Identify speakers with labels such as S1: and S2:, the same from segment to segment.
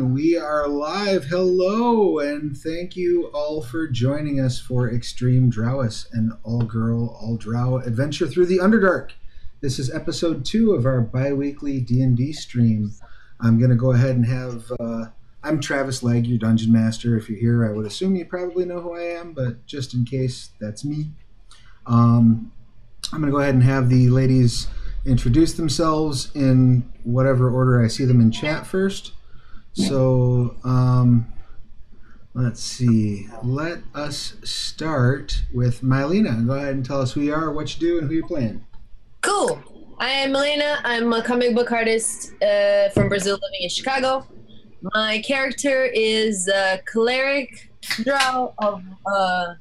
S1: we are live. Hello, and thank you all for joining us for Extreme Drowis, an all girl, all drow adventure through the Underdark. This is episode two of our bi weekly D&D stream. I'm going to go ahead and have. Uh, I'm Travis Legg, your dungeon master. If you're here, I would assume you probably know who I am, but just in case, that's me. Um, I'm going to go ahead and have the ladies introduce themselves in whatever order I see them in chat first. So, um, let's see. Let us start with Mylena. Go ahead and tell us who you are, what you do, and who you're playing.
S2: Cool. I am Elena. I'm a comic book artist uh, from Brazil living in Chicago. My character is a cleric drow of uh,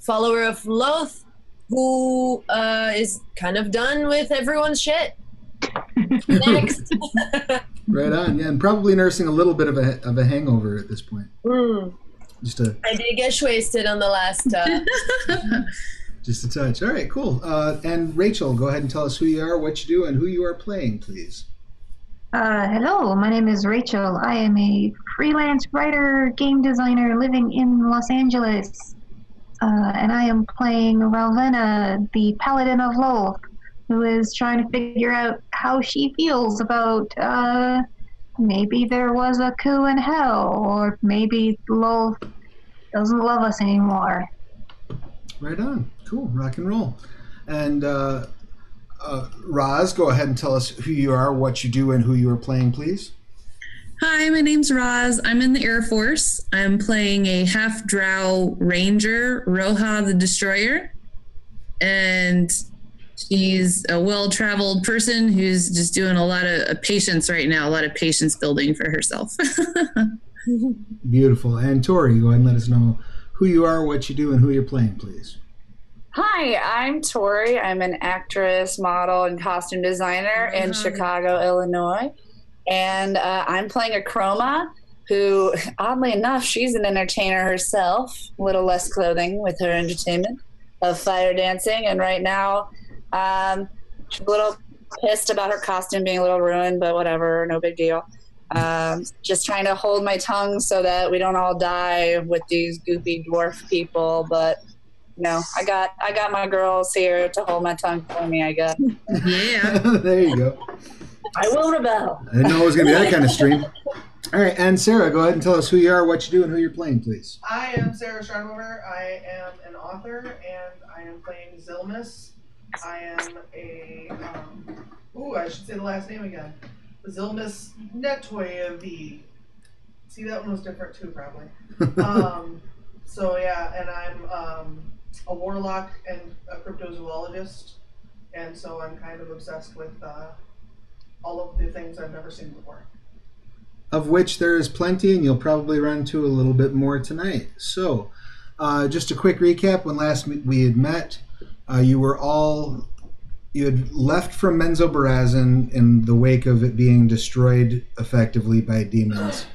S2: follower of Loth, who uh, is kind of done with everyone's shit. Next.
S1: Right on. Yeah, and probably nursing a little bit of a, of a hangover at this point.
S2: Hmm.
S1: Just a
S2: I did get wasted on the last. Uh,
S1: just a touch. All right, cool. Uh, and Rachel, go ahead and tell us who you are, what you do, and who you are playing, please.
S3: Uh, hello, my name is Rachel. I am a freelance writer, game designer living in Los Angeles. Uh, and I am playing Ralvena, the Paladin of Lolth, who is trying to figure out how she feels about uh, maybe there was a coup in hell, or maybe Lolth doesn't love us anymore.
S1: Right on. Cool. Rock and roll. And uh, uh, Roz, go ahead and tell us who you are, what you do, and who you are playing, please.
S4: Hi, my name's Roz. I'm in the Air Force. I'm playing a half drow ranger, Roja the Destroyer. And she's a well traveled person who's just doing a lot of of patience right now, a lot of patience building for herself.
S1: Beautiful. And Tori, go ahead and let us know who you are, what you do, and who you're playing, please.
S5: Hi, I'm Tori. I'm an actress, model, and costume designer in
S4: Mhm.
S5: Chicago, Illinois. And uh, I'm playing a chroma who, oddly enough, she's an entertainer herself, a little less clothing with her entertainment of fire dancing. And right now, um, she's a little pissed about her costume being a little ruined, but whatever, no big deal. Um, just trying to hold my tongue so that we don't all die with these goopy dwarf people, but no, I got I got my girls here to hold my tongue for me. I guess
S4: yeah.
S1: there you go.
S5: I will rebel.
S1: I didn't know it was going to be that kind of stream. All right, and Sarah, go ahead and tell us who you are, what you do, and who you're playing, please.
S6: I am Sarah Schreiner. I am an author, and I am playing Zilmus. I am a. Um, ooh, I should say the last name again. Zilmus Netoyevi. See, that one was different too, probably. Um, so yeah, and I'm um, a warlock and a cryptozoologist, and so I'm kind of obsessed with uh, all of the things I've never seen before.
S1: of which there is plenty, and you'll probably run to a little bit more tonight. So, uh, just a quick recap: when last m- we had met, uh, you were all you had left from Menzo Barazin in the wake of it being destroyed effectively by demons.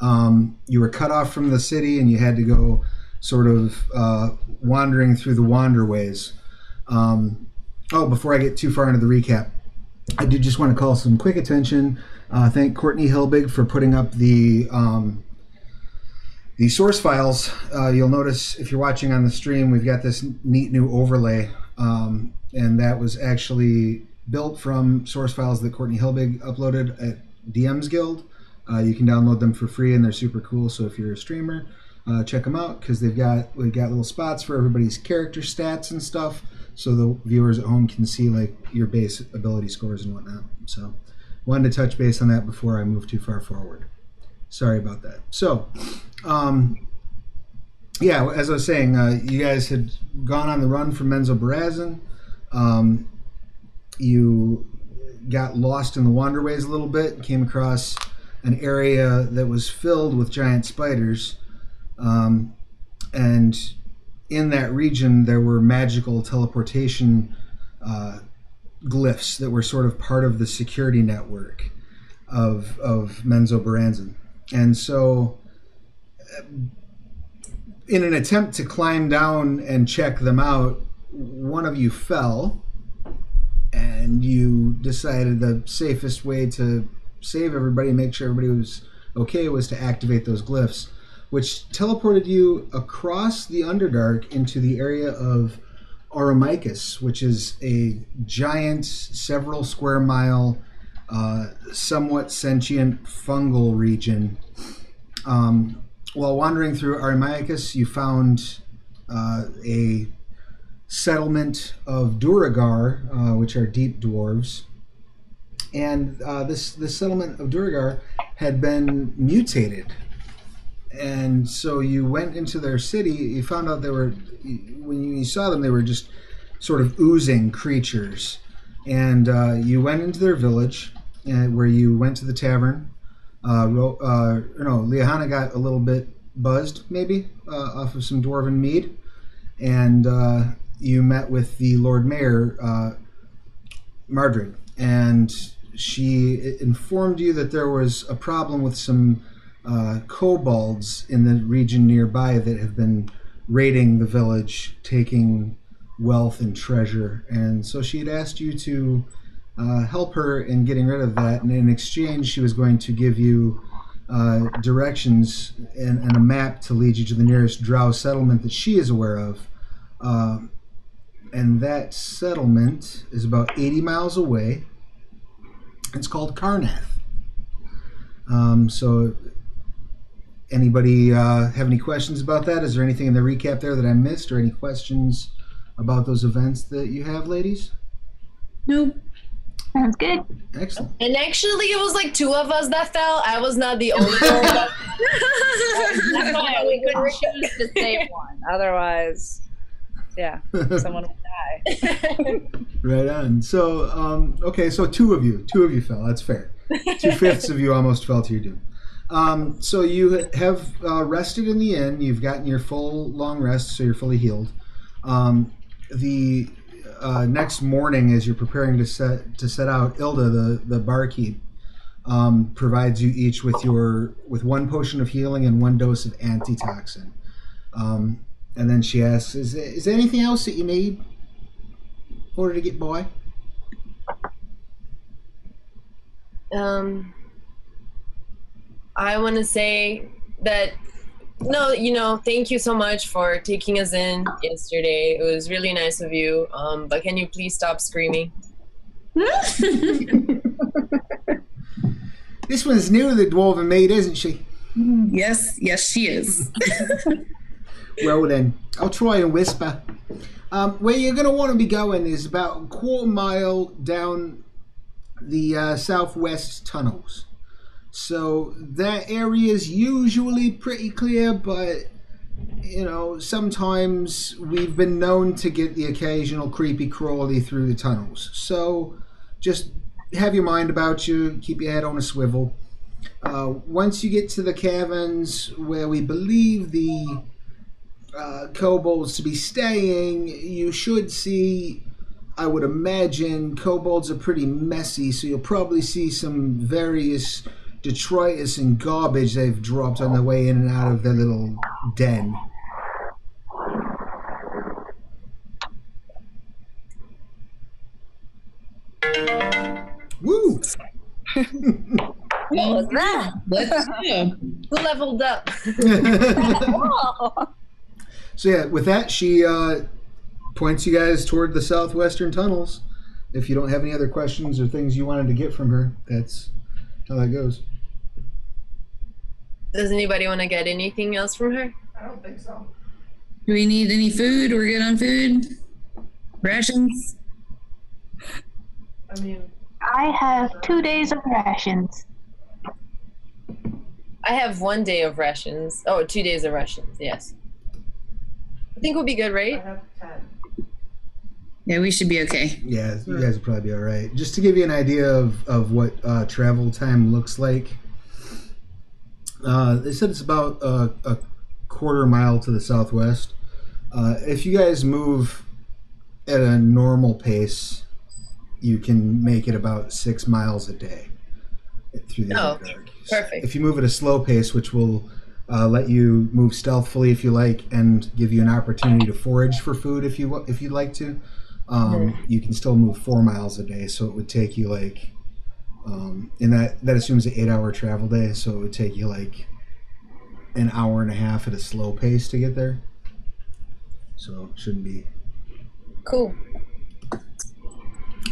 S1: Um, you were cut off from the city, and you had to go sort of uh, wandering through the wanderways. Um, oh, before I get too far into the recap, I do just want to call some quick attention. Uh, thank Courtney Hilbig for putting up the um, the source files. Uh, you'll notice if you're watching on the stream, we've got this neat new overlay, um, and that was actually built from source files that Courtney Hilbig uploaded at DM's Guild. Uh, you can download them for free, and they're super cool. So if you're a streamer, uh, check them out because they've got we've got little spots for everybody's character stats and stuff, so the viewers at home can see like your base ability scores and whatnot. So wanted to touch base on that before I move too far forward. Sorry about that. So, um, yeah, as I was saying, uh, you guys had gone on the run from Menzo Barazin. Um, you got lost in the wanderways a little bit, came across an area that was filled with giant spiders. Um, and in that region, there were magical teleportation uh, glyphs that were sort of part of the security network of of Menzo Baranzan. And so uh, in an attempt to climb down and check them out, one of you fell and you decided the safest way to save everybody, make sure everybody was okay was to activate those glyphs, which teleported you across the Underdark into the area of Oromicus, which is a giant, several square mile, uh, somewhat sentient fungal region. Um, while wandering through Oromicus, you found uh, a settlement of Duragar, uh, which are deep dwarves. And uh, this, this settlement of Duragar had been mutated. And so you went into their city. You found out they were, when you saw them, they were just sort of oozing creatures. And uh, you went into their village, uh, where you went to the tavern. Uh, Ro- uh, no, Liahana got a little bit buzzed, maybe, uh, off of some dwarven mead. And uh, you met with the Lord Mayor, uh, Mardred, and she informed you that there was a problem with some uh, kobolds in the region nearby that have been raiding the village, taking wealth and treasure. And so she had asked you to uh, help her in getting rid of that, and in exchange, she was going to give you. Uh, directions and, and a map to lead you to the nearest drow settlement that she is aware of. Um, and that settlement is about 80 miles away. It's called Carnath. Um, so, anybody uh, have any questions about that? Is there anything in the recap there that I missed, or any questions about those events that you have, ladies?
S4: Nope.
S3: Sounds good.
S1: Excellent.
S2: And actually, it was like two of us that fell. I was not the only one. that-
S5: That's why we couldn't choose to save one. Otherwise, yeah, someone would die.
S1: right on. So, um, okay, so two of you, two of you fell. That's fair. Two fifths of you almost fell to your doom. Um, so you have uh, rested in the inn. You've gotten your full long rest, so you're fully healed. Um, the uh, next morning, as you're preparing to set to set out, Ilda, the the barkeep, um, provides you each with your with one potion of healing and one dose of antitoxin. Um, and then she asks, "Is there, is there anything else that you need in order to get by?"
S2: um, I want to say that no, you know, thank you so much for taking us in yesterday. It was really nice of you. Um, but can you please stop screaming?
S1: This one's new to the dwarven maid, isn't she?
S4: yes, yes, she is.
S1: Well then, I'll try and whisper. Um, where you're going to want to be going is about a quarter mile down the uh, southwest tunnels. So that area is usually pretty clear, but you know sometimes we've been known to get the occasional creepy crawly through the tunnels. So just have your mind about you, keep your head on a swivel. Uh, once you get to the caverns where we believe the uh, kobolds to be staying, you should see. I would imagine kobolds are pretty messy, so you'll probably see some various detritus and garbage they've dropped on their way in and out of their little den. Woo!
S5: What was that?
S4: Let's go.
S2: Who leveled up?
S5: Whoa.
S1: So yeah, with that, she uh, points you guys toward the southwestern tunnels. If you don't have any other questions or things you wanted to get from her, that's how that goes.
S2: Does anybody want to get anything else from her?
S6: I don't think so.
S4: Do we need any food? We're good on food? Rations?
S6: I mean,
S3: I have two days of rations.
S2: I have one day of rations. Oh, two days of rations. Yes. I think we'll be good,
S6: I
S2: right?
S6: have 10.
S4: Yeah, we should be okay.
S1: Yeah,
S2: Hmm.
S1: you guys will probably be all right. Just to give you an idea of, of what uh, travel time looks like, uh, they said it's about a, a quarter mile to the southwest. Uh, if you guys move at a normal pace, you can make it about six miles a day through the
S2: Oh,
S1: Antarctic.
S2: perfect.
S1: If you move at a slow pace, which will uh, let you move stealthily if you like, and give you an opportunity to forage for food if you wa- if you'd like to. Um, You can still move four miles a day, so it would take you like um, and that that assumes an eight-hour travel day, so it would take you like an hour and a half at a slow pace to get there. So shouldn't be.
S2: Cool.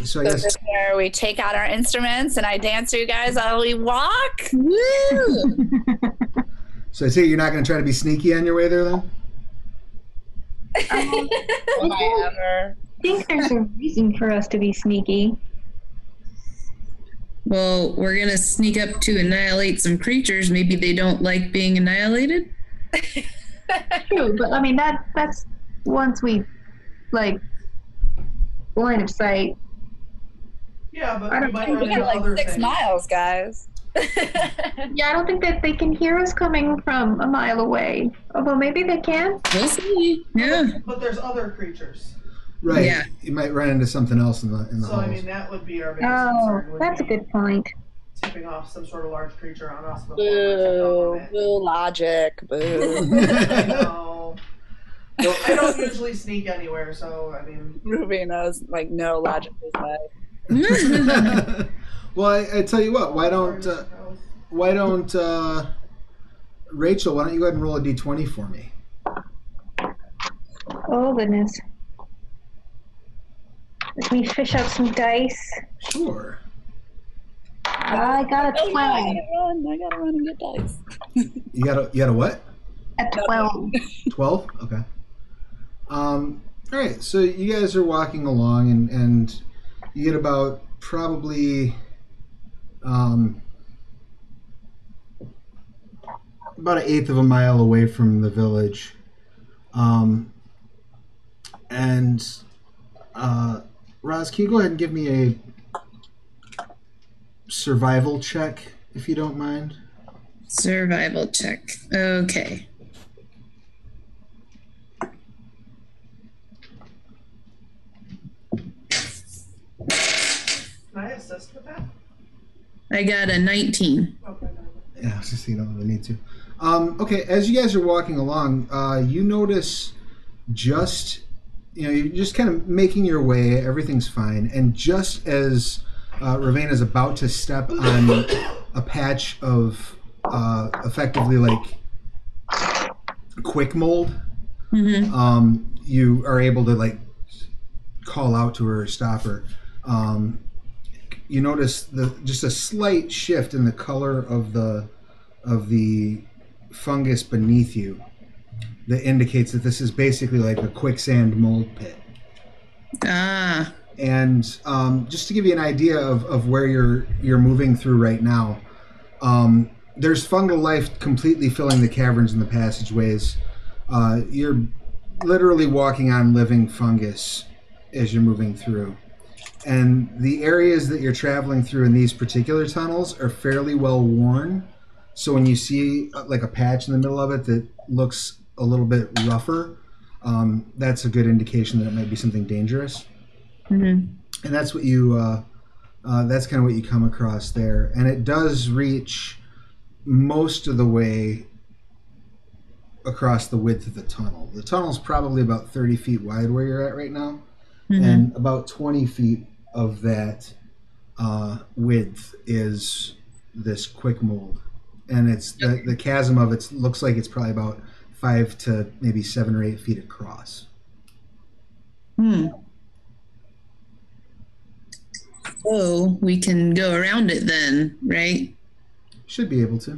S1: So I
S5: So
S1: guess
S5: this is where we take out our instruments and I dance to you guys while we walk.
S4: Woo!
S1: so. I say you're not going to try to be sneaky on your way there, then.
S5: Am I ever?
S3: I think there's a reason for us to be sneaky.
S4: Well, we're gonna sneak up to annihilate some creatures. Maybe they don't like being annihilated.
S3: True, but I mean that that's once we like line of sight.
S6: Yeah, but
S3: I
S6: we
S3: don't
S6: might
S3: think
S6: run
S5: We
S6: into
S5: got
S6: other
S5: like six
S6: things.
S5: miles, guys.
S3: Yeah, I don't think that they can hear us coming from a mile away. Although maybe they can.
S4: We'll see. Yeah.
S6: But there's other creatures.
S1: Right.
S4: Yeah.
S1: You might run into something else in the in the
S6: So I
S1: halls.
S6: mean, that would be our biggest
S3: Oh,
S6: concern. would
S3: that's a
S6: be
S3: good point.
S6: Tipping off some sort of large creature on us. before we're
S5: Boo.
S6: checked up on it.
S5: Boo logic. Boo.
S6: I know. I don't usually sneak anywhere, so I mean,
S5: Ruby knows like no logic is left.
S1: well, I, I tell you what. Why don't uh, why don't uh, Rachel? Why don't you go ahead and roll a d20 for me?
S3: Oh goodness. Let me fish up some dice.
S1: Sure.
S3: I got a
S5: Oh, yeah, I
S3: twelve.
S5: gotta run. I gotta run and get dice.
S1: You got a you got a what?
S3: A twelve.
S1: 12 okay um all right so you guys are walking along and and you get about probably um about an eighth of a mile away from the village um and uh Roz, can you go ahead and give me a survival check if you don't mind
S4: Survival check. Okay.
S6: can I assist with that? Oh,
S4: I got a 19.
S6: Okay. never mind.
S1: Yeah, I was just you don't really need to. Um, okay, as you guys are walking along, uh, you notice just you know you're just kind of making your way. Everything's fine, and just as uh, Ravenna's is about to step on a patch of uh, effectively like quick mold,
S4: Mm-hmm.
S1: um, you are able to like call out to her, stop her. Um, you notice the just a slight shift in the color of the of the fungus beneath you that indicates that this is basically like a quicksand mold pit.
S4: Ah.
S1: And um, just to give you an idea of, of where you're you're moving through right now, um, there's fungal life completely filling the caverns and the passageways. Uh, you're literally walking on living fungus as you're moving through. And the areas that you're traveling through in these particular tunnels are fairly well worn. So when you see uh, like a patch in the middle of it that looks a little bit rougher, um, that's a good indication that it might be something dangerous
S4: hmm
S1: and that's what you uh, uh, that's kind of what you come across there and it does reach most of the way across the width of the tunnel the tunnel's probably about 30 feet wide where you're at right now
S4: Hmm.
S5: Mm-hmm.
S1: and about 20 feet of that uh, width is this quick mold and it's the, the chasm of it looks like it's probably about five to maybe seven or eight feet across
S4: Hmm. So we can go around it then, right?
S1: should be able to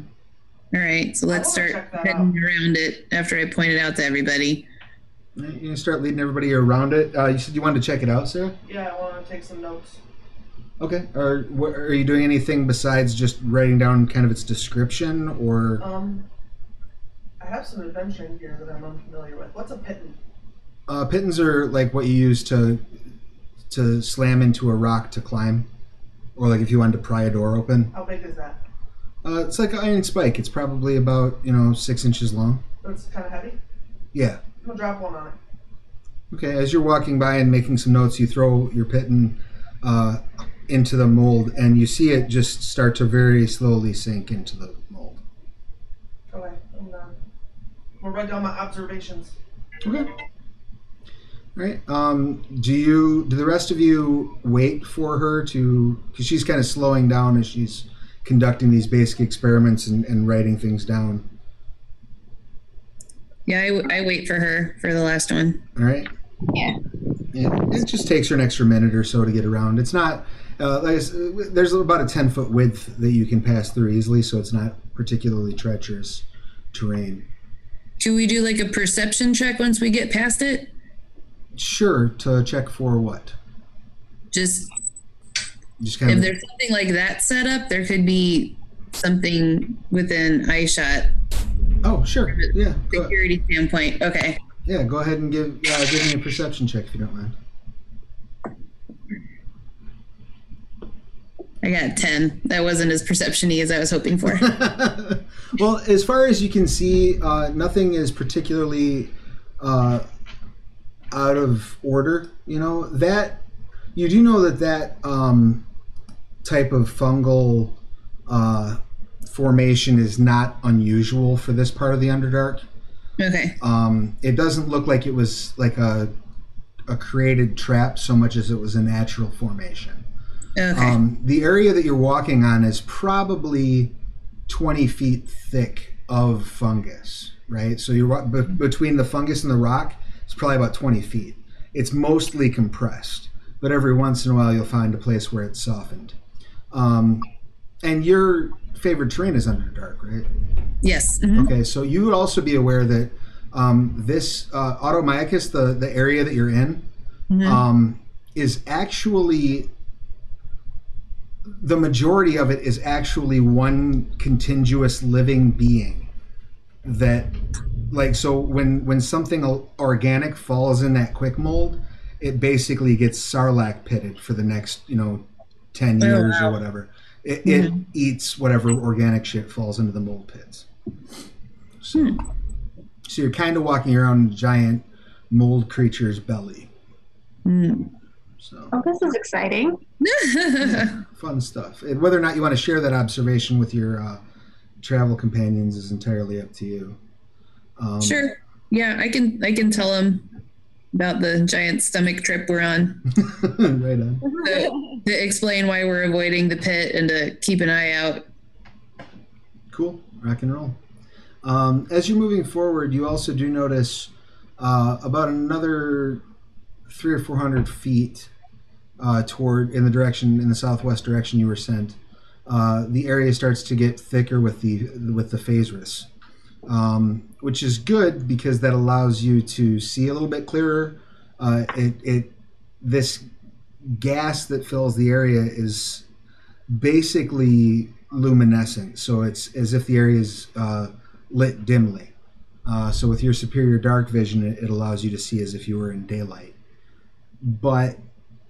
S4: All right. So let's
S6: wanna
S4: start
S6: check that
S4: heading around it after I point it out to everybody.
S1: You're gonna start leading everybody around it. Uh, you said you wanted to check it out, Sarah.
S6: Yeah, I want to take some notes.
S1: Okay. Are wh- are you doing anything besides just writing down kind of its description, or
S6: Um, I have some adventuring gear that I'm unfamiliar with. What's a pitten?
S1: uh, pittons are like what you use to to slam into a rock to climb, or like if you wanted to pry a door open.
S6: How big is that?
S1: Uh, it's like an iron spike. It's probably about you know six inches long.
S6: That's kind of heavy.
S1: Yeah.
S6: I'm gonna drop one on it.
S1: Okay. As you're walking by and making some notes, you throw your pitton uh, into the mold, and you see it just start to very slowly sink into the mold.
S6: Okay, I'm done. I'm gonna write down my observations.
S1: Okay. All right. Um, do you? Do the rest of you wait for her to? Because she's kind of slowing down as she's conducting these basic experiments and, and writing things down.
S4: Yeah, I, w- I wait for her for the last one.
S1: All right.
S3: Yeah.
S1: It, it just takes her an extra minute or so to get around. It's not. Uh, like I s- there's about a ten foot width that you can pass through easily, so it's not particularly treacherous terrain.
S4: Should we do like a perception check once we get past it?
S1: Sure to check for what?
S4: Just
S1: Just
S4: if
S1: kind of.
S4: there's something like that set up, there could be something within eyeshot
S1: Oh, sure. Yeah. Go,
S4: security standpoint. Okay.
S1: yeah. Go ahead and give uh, give me a perception check if you don't mind.
S4: I got 10. That wasn't as perception-y as I was hoping for.
S1: well, as far as you can see, uh, nothing is particularly uh, out of order. You know that you do know that that um, type of fungal uh, formation is not unusual for this part of the Underdark.
S4: okay.
S1: Um, it doesn't look like it was like a a created trap so much as it was a natural formation.
S4: Okay.
S1: Um, the area that you're walking on is probably 20 feet thick of fungus, right? So you're wa- be- between the fungus and the rock, it's probably about 20 feet. It's mostly compressed, but every once in a while you'll find a place where it's softened. Um, and your favorite terrain is Underdark, right?
S4: yes. mhm.
S1: Okay, so you would also be aware that um, this uh, Automyacus, the, the area that you're in,
S4: Mhm.
S1: um, is actually the majority of it is actually one contiguous living being that like so when when something o- organic falls in that quick mold it basically gets sarlacc pitted for the next you know 10
S4: Oh,
S1: years or
S4: wow. Hmm.
S1: whatever it, it eats whatever organic shit falls into the mold pits so,
S4: Hmm.
S1: so you're kind of walking around a giant mold creature's belly
S4: Mm.
S1: so
S3: Oh, this is exciting.
S1: fun stuff. And whether or not you want to share that observation with your uh, travel companions is entirely up to you. Um,
S4: sure. Yeah, I can I can tell him about the giant stomach trip we're on.
S1: right on.
S4: To, to explain why we're avoiding the pit and to keep an eye out.
S1: Cool. Rock and roll. Um, as you're moving forward, you also do notice uh, about another three or four hundred feet uh, toward in the direction in the southwest direction you were sent. Uh, the area starts to get thicker with the with the phase risk, um, which is good because that allows you to see a little bit clearer. Uh, it, it this gas that fills the area is basically luminescent, so it's as if the area is uh, lit dimly. Uh, so with your superior dark vision, it, it allows you to see as if you were in daylight. But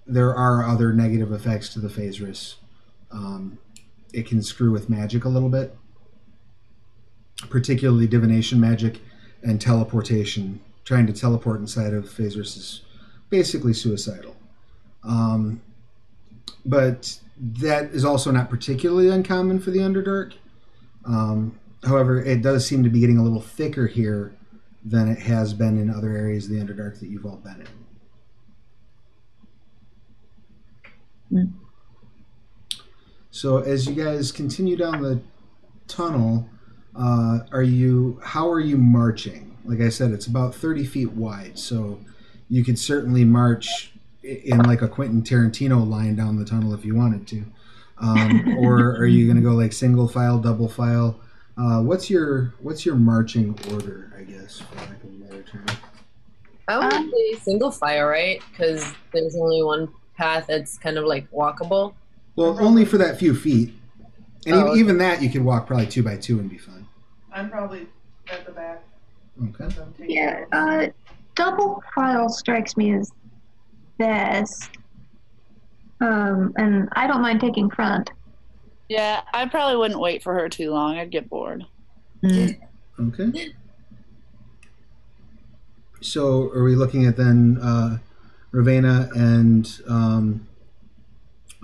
S1: there are other negative effects to the phase risk. Um, it can screw with magic a little bit, particularly divination magic and teleportation. Trying to teleport inside of phase risk is basically suicidal. Um, but that is also not particularly uncommon for the Underdark. Um, however, it does seem to be getting a little thicker here than it has been in other areas of the Underdark that you've all been in. So as you guys continue down the tunnel, uh, are you? How are you marching? Like I said, it's about thirty feet wide, so you could certainly march i- in like a Quentin Tarantino line down the tunnel if you wanted to. Um, or are you going to go like single file, double file? Uh, what's your what's your marching order? I guess, for lack of a better term.
S2: I want to say single file, right? Because there's only one path that's kind of like walkable.
S1: Well, only for that few feet, and
S2: Oh,
S1: e- even that you could walk probably two by two and be fine.
S6: I'm probably at the back.
S1: Okay.
S6: as I'm taking
S3: Yeah,
S6: notes.
S3: uh, double file strikes me as best. Um, and I don't mind taking front.
S5: Yeah, I probably wouldn't wait for her too long. I'd get bored.
S4: Mm.
S1: Okay. So are we looking at then uh, Ravenna and um,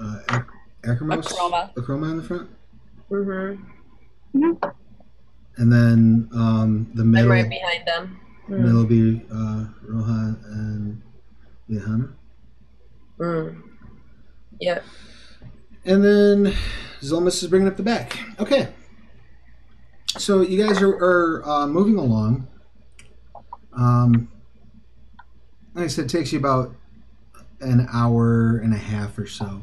S1: uh, Ac- Acromos?
S5: Acroma.
S1: Acroma in the front?
S2: Mm-hmm.
S1: And then um, the
S2: I'm
S1: middle,
S2: Hmm. right behind them.
S1: middle be uh, Rohan and Lihana.
S2: Mm. Yeah.
S1: And then Zilmus is bringing up the back. Okay. So you guys are, are uh, moving along. Um, like I said, it takes you about an hour and a half or so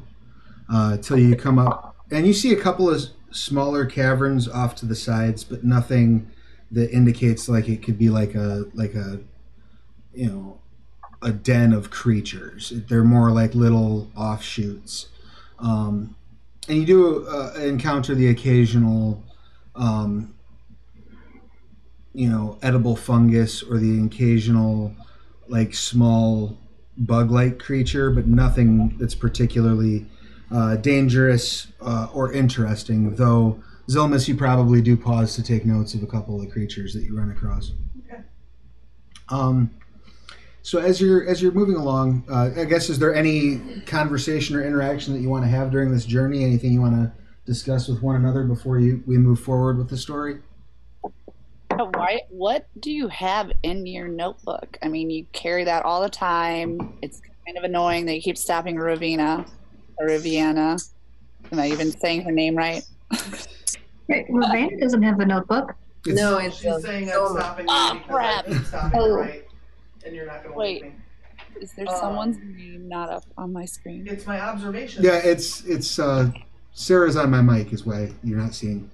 S1: uh, till you come up. And you see a couple of s- smaller caverns off to the sides, but nothing that indicates like it could be like a like a you know a den of creatures. They're more like little offshoots. Um, and you do uh, encounter the occasional, um, you know, edible fungus or the occasional, like, small bug like creature, but nothing that's particularly uh, dangerous uh, or interesting. Though, Zelmus, you probably do pause to take notes of a couple of the creatures that you run across.
S6: Okay.
S1: Um, so as you're as you're moving along, uh, I guess is there any conversation or interaction that you want to have during this journey? Anything you want to discuss with one another before you we move forward with the story?
S5: Why, what do you have in your notebook? I mean, you carry that all the time. It's kind of annoying that you keep stopping Ravina. Riviana. Am I even saying her name right?
S3: Right, Ravenna doesn't have a notebook.
S1: It's-
S2: no, it's
S6: She's
S2: um,
S6: saying I'm
S2: Zilmus.
S6: stopping
S5: Ah,
S6: you because I
S5: crap.
S6: keep stopping
S5: Oh.
S6: you, right? And you're not going to
S5: Wait.
S6: leave me.
S5: Is there
S6: Um,
S5: someone's name not up on my screen?
S6: It's my observation.
S1: yeah, it's it's uh, Sarah's on my mic is why you're not seeing.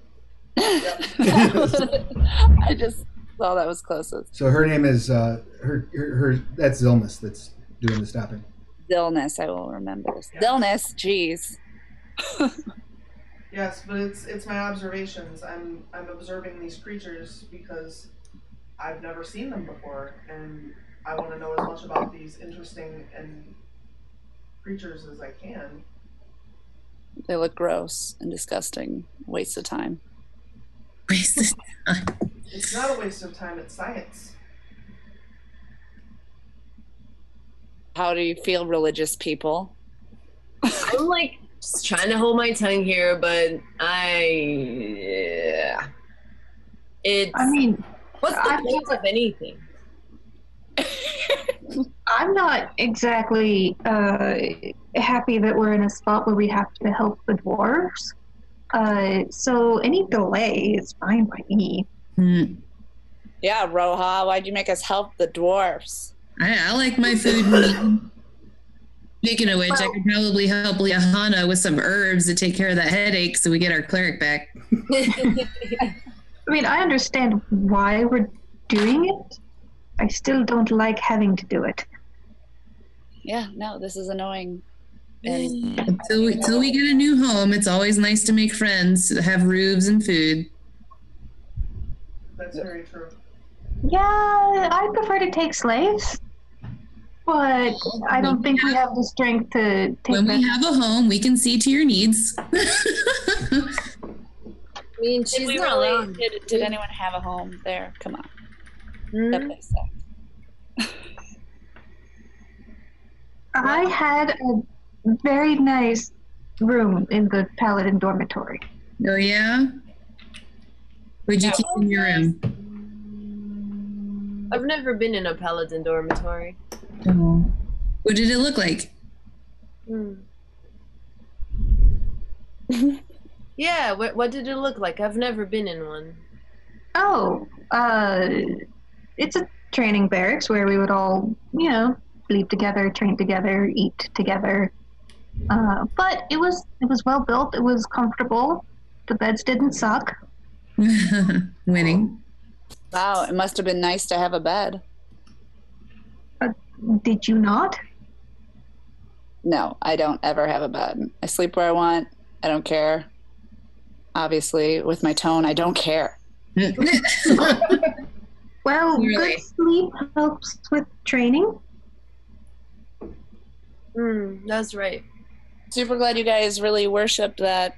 S5: I just thought that was closest.
S1: So her name is uh, her, her her that's Zilmus that's doing the stopping.
S5: Dillness, I will remember this.
S6: Yeah.
S5: Dillness, jeez.
S6: Yes, but it's it's my observations. I'm I'm observing these creatures because I've never seen them before, and I want to know as much about these interesting and creatures as I can.
S5: They look gross and disgusting. Waste of time.
S4: Racist.
S6: It's not a waste of time. It's science.
S5: How do you feel, religious people?
S2: I'm like just trying to hold my tongue here, but I. Yeah. It's.
S3: I mean,
S2: what's the
S3: I feel
S2: point of anything?
S3: I'm not exactly uh, happy that we're in a spot where we have to help the dwarves. Uh, so any delay is fine by me.
S4: Mm.
S5: Yeah, Roha, why'd you make us help the dwarfs?
S4: I, I like my food. meat. Speaking of which, I could probably help Liahana with some herbs to take care of that headache so we get our cleric back.
S3: I mean, I understand why we're doing it. I still don't like having to do it.
S5: Yeah, no, this is annoying. And
S4: Until we, till we get a new home, it's always nice to make friends, have roofs and food.
S6: That's very true.
S3: Yeah, I prefer to take slaves, but I don't think we have the strength to take
S4: When we
S3: that.
S4: have a home, we can see to your needs.
S2: I mean, she's
S5: did, we
S2: not
S5: really-
S2: wrong.
S5: did, did anyone have a home there? Come on, that
S2: Hmm?
S5: place sucked.
S3: I had a very nice room in the paladin dormitory.
S4: oh, yeah? Would you keep in your room?
S2: I've never been in a paladin dormitory.
S4: What did it look like?
S2: Hmm. Yeah, what, what did it look like? I've never been in one.
S3: Oh, uh, it's a training barracks where we would all, you know, sleep together, train together, eat together. Uh, but it was it was well built. It was comfortable. The beds didn't suck.
S4: Winning.
S5: Wow, it must have been nice to have a bed.
S3: Did you not?
S5: No, I don't ever have a bed. I sleep where I want. I don't care. Obviously, with my tone, I don't care.
S3: Well,
S4: Really?
S3: good sleep helps with training.
S2: Mm, that's right.
S5: Super glad you guys really worshipped that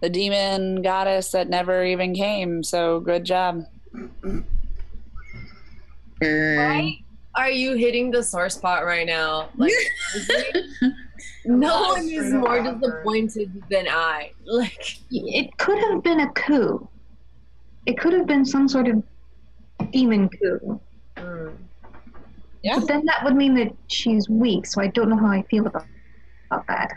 S5: the demon goddess that never even came. So good job.
S2: Why are you hitting the sore spot right now? Like, seriously? no
S6: That's
S2: one is
S6: straight up
S2: more
S6: awkward.
S2: disappointed than I. Like,
S3: It could have been a coup. It could have been some sort of demon coup.
S2: mm.
S7: Yeah.
S3: But then that would mean that she's weak, so I don't know how I feel about, about that.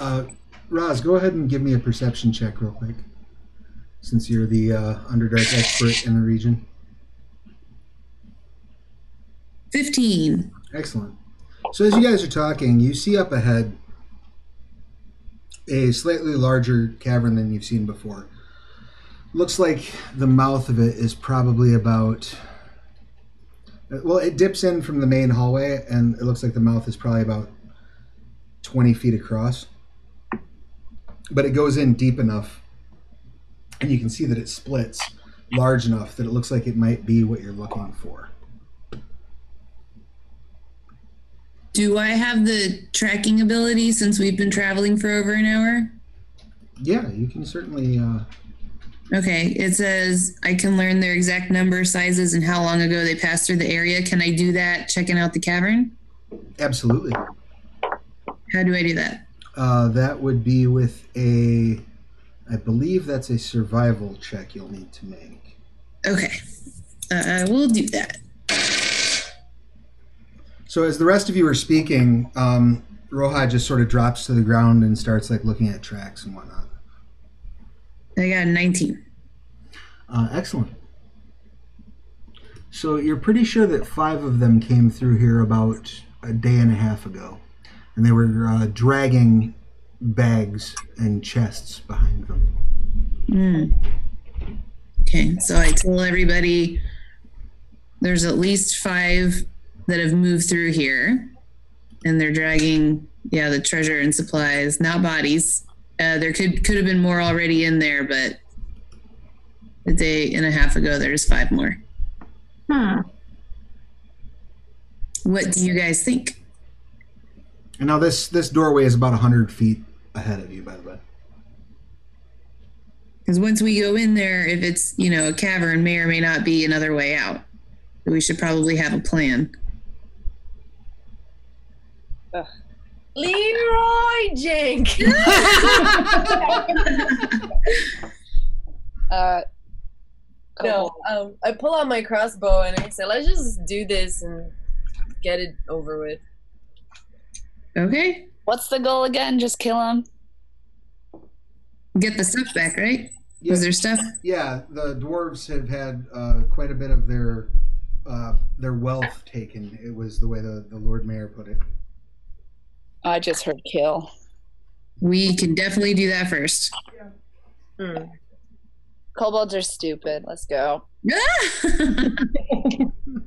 S1: Uh, Roz, go ahead and give me a perception check real quick, since you're the uh, Underdark expert in the region.
S4: 15.
S1: Excellent. So as you guys are talking, you see up ahead a slightly larger cavern than you've seen before. Looks like the mouth of it is probably about well, it dips in from the main hallway and it looks like the mouth is probably about 20 feet across. But it goes in deep enough and you can see that it splits large enough that it looks like it might be what you're looking for.
S4: Do I have the tracking ability since we've been traveling for over an hour?
S1: Yeah, you can certainly uh,
S4: Okay, it says I can learn their exact number, sizes, and how long ago they passed through the area. Can I do that checking out the cavern?
S1: absolutely.
S4: How do I do that?
S1: Uh, that would be with a, I believe that's a survival check you'll need to make.
S4: Okay, uh, I will do that.
S1: So as the rest of you are speaking, um, Roja just sort of drops to the ground and starts like looking at tracks and whatnot.
S4: I got a 19.
S1: Uh, excellent. So you're pretty sure that five of them came through here about a day and a half ago, and they were uh, dragging bags and chests behind them.
S4: Mm. Okay, so I tell everybody there's at least five that have moved through here, and they're dragging yeah the treasure and supplies, not bodies. Uh, there could could have been more already in there, but a day and a half ago there's five more.
S3: Hmm.
S4: What do you guys think?
S1: And now this this doorway is about hundred feet ahead of you, by the way.
S4: Because once we go in there, if it's you know a cavern, may or may not be another way out. We should probably have a plan.
S2: Leroy Jenkins.
S7: Uh,
S2: no, um, I pull out my crossbow and I say, "Let's just do this and get it over with."
S4: Okay,
S5: What's the goal again? Just kill him.
S4: get the stuff back, right?
S1: Yeah.
S4: Was there stuff?
S1: Yeah, the dwarves have had uh, quite a bit of their uh, their wealth taken. It was the way the, the Lord Mayor put it.
S5: I just heard kill.
S4: We can definitely do that first.
S2: Hmm.
S5: Kobolds are stupid. Let's go.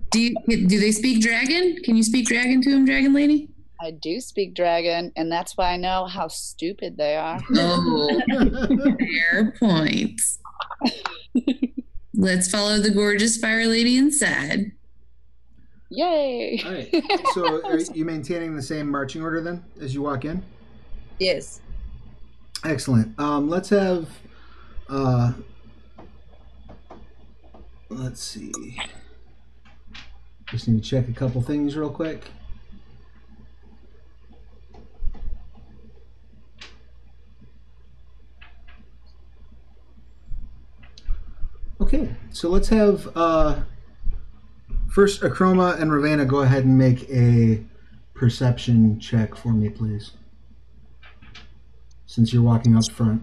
S4: do you, do they speak dragon? Can you speak dragon to him, dragon lady?
S5: I do speak dragon, and that's why I know how stupid they are.
S4: Oh, fair point. Let's follow the gorgeous fire lady inside.
S5: Yay!
S1: All right. So are you maintaining the same marching order then as you walk in?
S2: Yes.
S1: Excellent. Um, let's have. Uh, let's see. Just need to check a couple things real quick. Okay, so let's have uh, first Akroma and Ravenna go ahead and make a perception check for me, please since you're walking up front.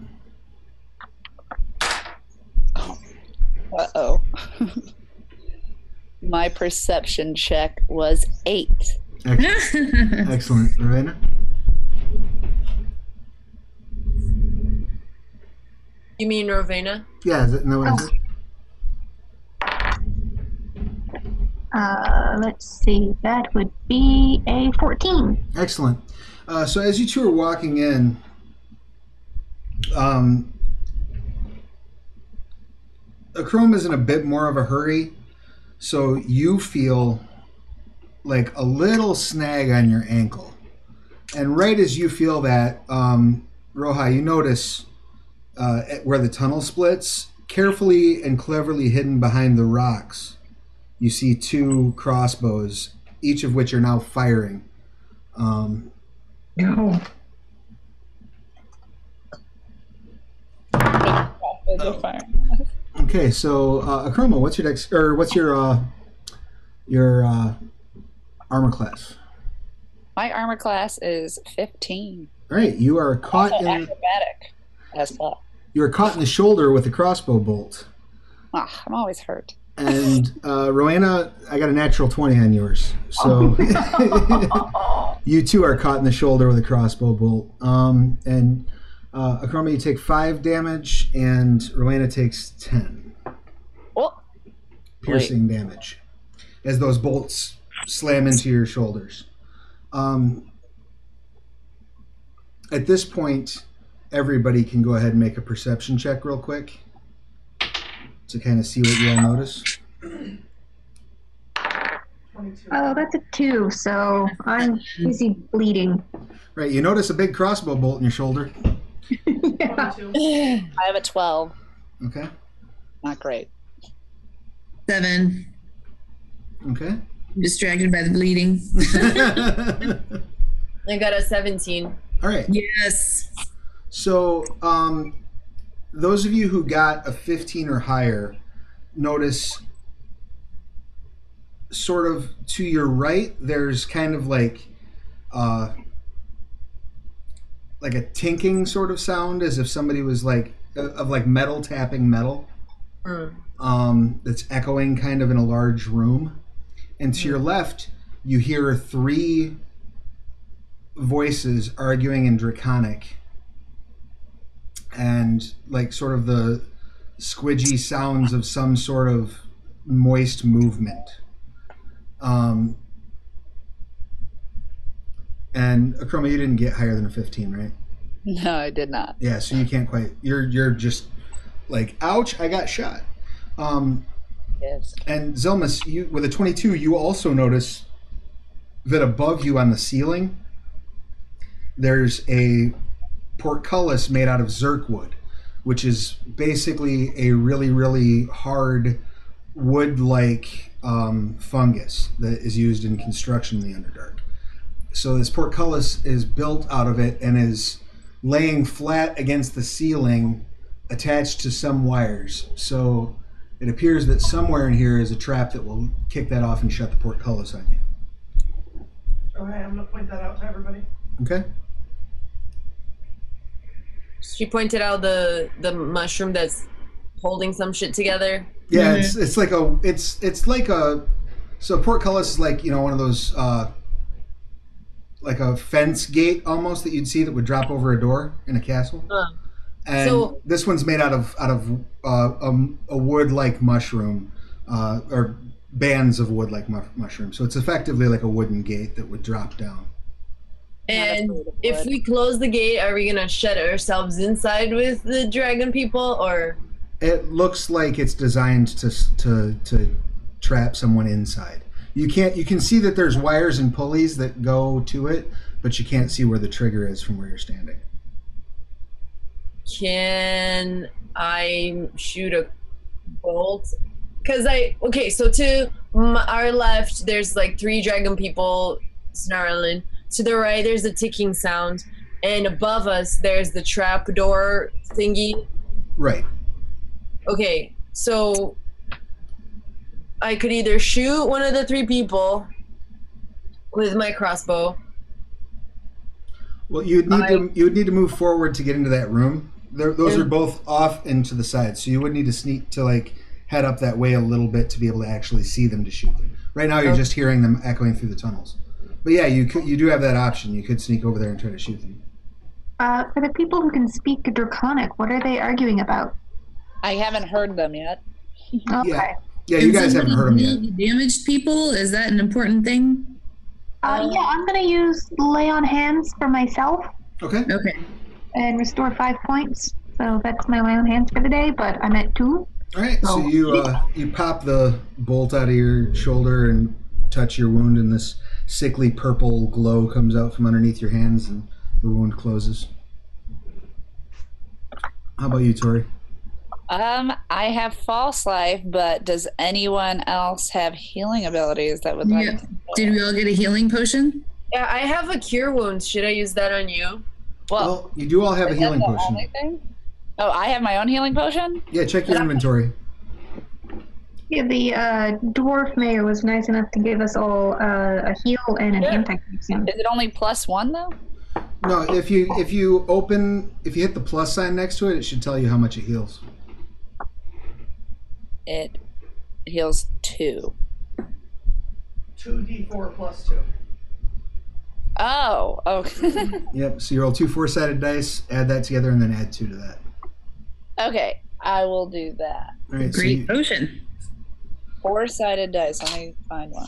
S5: Uh oh. My perception check was eight.
S1: Excellent, Excellent. Ravenna.
S2: You mean Rovena?
S1: Yeah, is it no? Is it?
S3: Uh, let's see. That would be a 14.
S1: Excellent. Uh, so as you two are walking in, um, Akrom is in a bit more of a hurry, so you feel like a little snag on your ankle, and right as you feel that, um, Roja, you notice uh, at where the tunnel splits, carefully and cleverly hidden behind the rocks, you see two crossbows, each of which are now firing. Um,
S7: no.
S5: Those are fire.
S1: Okay, so uh, Akroma, what's your dex or what's your uh, your uh, armor class?
S5: My armor class is 15.
S1: All right, you are caught
S5: Also
S1: in
S5: acrobatic as well.
S1: you are caught in the shoulder with a crossbow bolt,
S5: Ah, I'm always hurt.
S1: and uh, Rowena, I got a natural twenty on yours, so you too are caught in the shoulder with a crossbow bolt. Um, and uh, Akroma, you take five damage, and Rowena takes ten
S5: Oh,
S1: piercing damage as those bolts slam into your shoulders. Um, at this point, everybody can go ahead and make a perception check real quick to kind of see what you all notice.
S6: 22.
S3: Oh, that's a two, so I'm busy bleeding.
S1: Right, you notice a big crossbow bolt in your shoulder.
S3: yeah.
S6: 22.
S5: I have a 12.
S1: Okay,
S5: Not great.
S4: Seven.
S1: okay.
S4: I'm distracted by the bleeding.
S2: I got a 17.
S1: all right.
S4: yes.
S1: So, um, those of you who got a 15 or higher, notice sort of to your right, there's kind of like uh, like a tinking sort of sound as if somebody was like of like metal tapping metal
S2: Mm.
S1: um, that's echoing kind of in a large room. And to your left, you hear three voices arguing in Draconic. And like sort of the squidgy sounds of some sort of moist movement. Um, and Akroma, you didn't get higher than a 15, right?
S5: No, I did not.
S1: Yeah, so you can't quite. You're you're just like, ouch! I got shot. Um,
S5: Yes.
S1: and Zelmus, you with a 22, you also notice that above you on the ceiling, there's a portcullis made out of zirk wood, which is basically a really, really hard wood-like um, fungus that is used in construction in the Underdark. So this portcullis is built out of it and is laying flat against the ceiling, attached to some wires. So it appears that somewhere in here is a trap that will kick that off and shut the portcullis on you.
S6: Okay, I'm gonna point that out to everybody.
S1: Okay?
S2: She pointed out the the mushroom that's holding some shit together.
S1: Yeah, it's it's like a it's it's like a so portcullis is like, you know, one of those uh like a fence gate almost that you'd see that would drop over a door in a castle.
S2: Huh.
S1: And
S2: So-
S1: this one's made out of out of uh, um, a wood-like mushroom uh, or bands of wood-like mu- mushroom. So it's effectively like a wooden gate that would drop down.
S2: And
S5: afraid of
S2: if
S5: blood.
S2: we close the gate, are we gonna shut ourselves inside with the dragon people, or
S1: It looks like it's designed to to to trap someone inside. You can't. You can see that there's wires and pulleys that go to it, but you can't see where the trigger is from where you're standing.
S2: can I shoot a bolt? Cause I okay, so to m- our left, there's like three dragon people snarling. To the right, there's a ticking sound, and above us, there's the trap door thingy.
S1: Right.
S2: Okay, so I could either shoot one of the three people with my crossbow.
S1: Well, you'd need to you would need to move forward to get into that room. There, those are both off and to the side, so you would need to sneak to like head up that way a little bit to be able to actually see them to shoot them. Right now, you're just hearing them echoing through the tunnels. But yeah, you could, you do have that option. You could sneak over there and try to shoot them.
S3: Uh, for the people who can speak Draconic, what are they arguing about?
S5: I haven't heard them yet.
S3: Okay.
S1: Yeah. Yeah, you
S4: Can
S1: guys haven't
S4: somebody
S1: heard them yet.
S4: heal the Damaged people? Is that an important thing?
S3: Uh, yeah, I'm gonna use lay on hands for myself
S1: Okay.
S4: Okay.
S3: and restore five points. So that's my lay on hands for the day, but I'm at two.
S1: All right. So
S3: Oh.
S1: you uh, you pop the bolt out of your shoulder and touch your wound, and this sickly purple glow comes out from underneath your hands, and the wound closes. How about you, Tori?
S5: Um, I have false life, but does anyone else have healing abilities that would like?
S4: Yeah. Did we all get a healing potion?
S2: Yeah, I have a cure wound. Should I use that on you?
S5: Well,
S1: Well, you do all have a
S5: is that
S1: healing
S5: the
S1: potion.
S5: only thing? Oh, I have my own healing potion.
S1: Yeah, check your inventory.
S3: Yeah, the uh, dwarf mayor was nice enough to give us all uh, a heal and an
S5: Yeah.
S3: anti-poison.
S5: Is it only plus one though?
S1: No, if you if you open if you hit the plus sign next to it, it should tell you how much it heals.
S5: It heals two.
S6: Two D four plus two.
S5: Oh, okay.
S1: Yep. So you roll two four sided dice, add that together, and then add two to that.
S5: okay, I will do that.
S1: All right.
S4: Great
S1: So you,
S4: ocean.
S5: Four sided dice. Let me find one.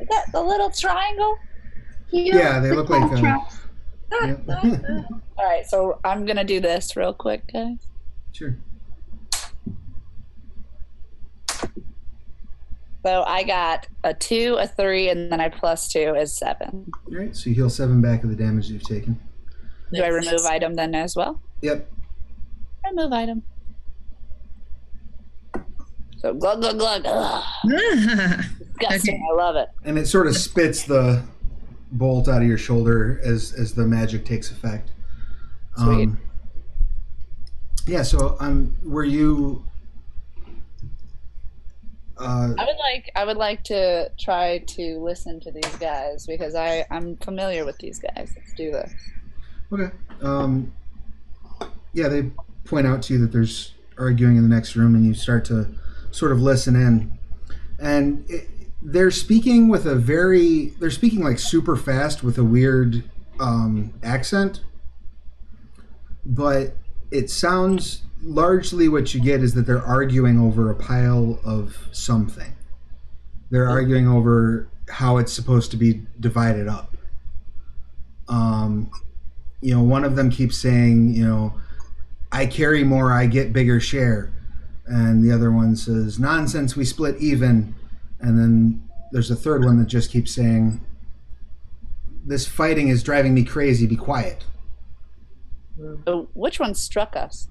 S5: Is that the little triangle?
S1: yeah, they look like. Um,
S3: traps.
S1: yep.
S5: All right, so I'm gonna do this real quick, guys.
S1: sure.
S5: So I got a two, a three, and then I plus two is seven.
S1: All right. So you heal seven back of the damage you've taken.
S5: Do I remove item then as well?
S1: Yep.
S5: Remove item. So glug glug glug. Ugh, disgusting.
S4: Okay.
S5: I love it.
S1: And it sort of spits the bolt out of your shoulder as as the magic takes effect. Um,
S5: Sweet.
S1: yeah. So um, were you? Uh,
S5: I would like I would like to try to listen to these guys because I I'm familiar with these guys. Let's do this.
S1: Okay. Um, yeah, they point out to you that there's arguing in the next room, and you start to sort of listen in. And it, they're speaking with a very, they're speaking like super fast with a weird um, accent. But it sounds largely what you get is that they're arguing over a pile of something. They're arguing over how it's supposed to be divided up. Um, you know, one of them keeps saying, you know, I carry more, I get bigger share. And the other one says, nonsense, we split even. And then there's a third one that just keeps saying, this fighting is driving me crazy, be quiet.
S5: So which one struck us,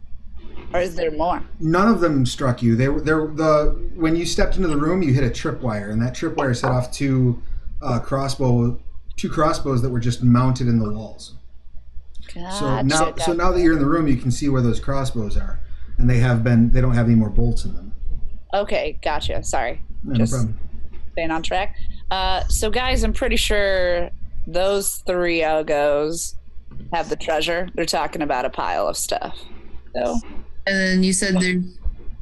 S5: or is there more?
S1: None of them struck you. They were they were the when you stepped into the room, you hit a tripwire, and that tripwire set off two uh, crossbow, two crossbows that were just mounted in the walls. So
S5: Gotcha,
S1: now, so
S5: gotcha.
S1: now that you're in the room, you can see where those crossbows are, and they have been. They don't have any more bolts in them.
S5: okay, gotcha. Sorry,
S1: No
S5: Just-
S1: problem.
S5: staying on track. Uh, so guys, I'm pretty sure those three Elgos have the treasure. They're talking about a pile of stuff. So
S4: And then you said there's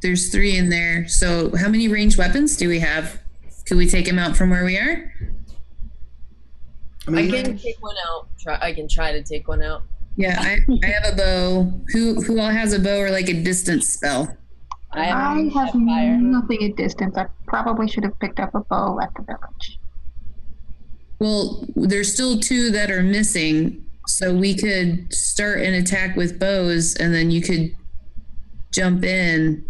S4: there's three in there. So how many ranged weapons do we have? Could we take him out from where we are?
S1: I
S2: I
S4: Mm-hmm.
S1: mean,
S2: can take one out. Try, I can try to take one out.
S4: Yeah, I, I have a bow. Who who all has a bow or like a distance spell?
S5: I
S3: I
S5: am
S3: have
S5: a fire.
S3: nothing at distance. I probably should have picked up a bow at the village.
S4: Well, there's still two that are missing, so we could start an attack with bows, and then you could jump in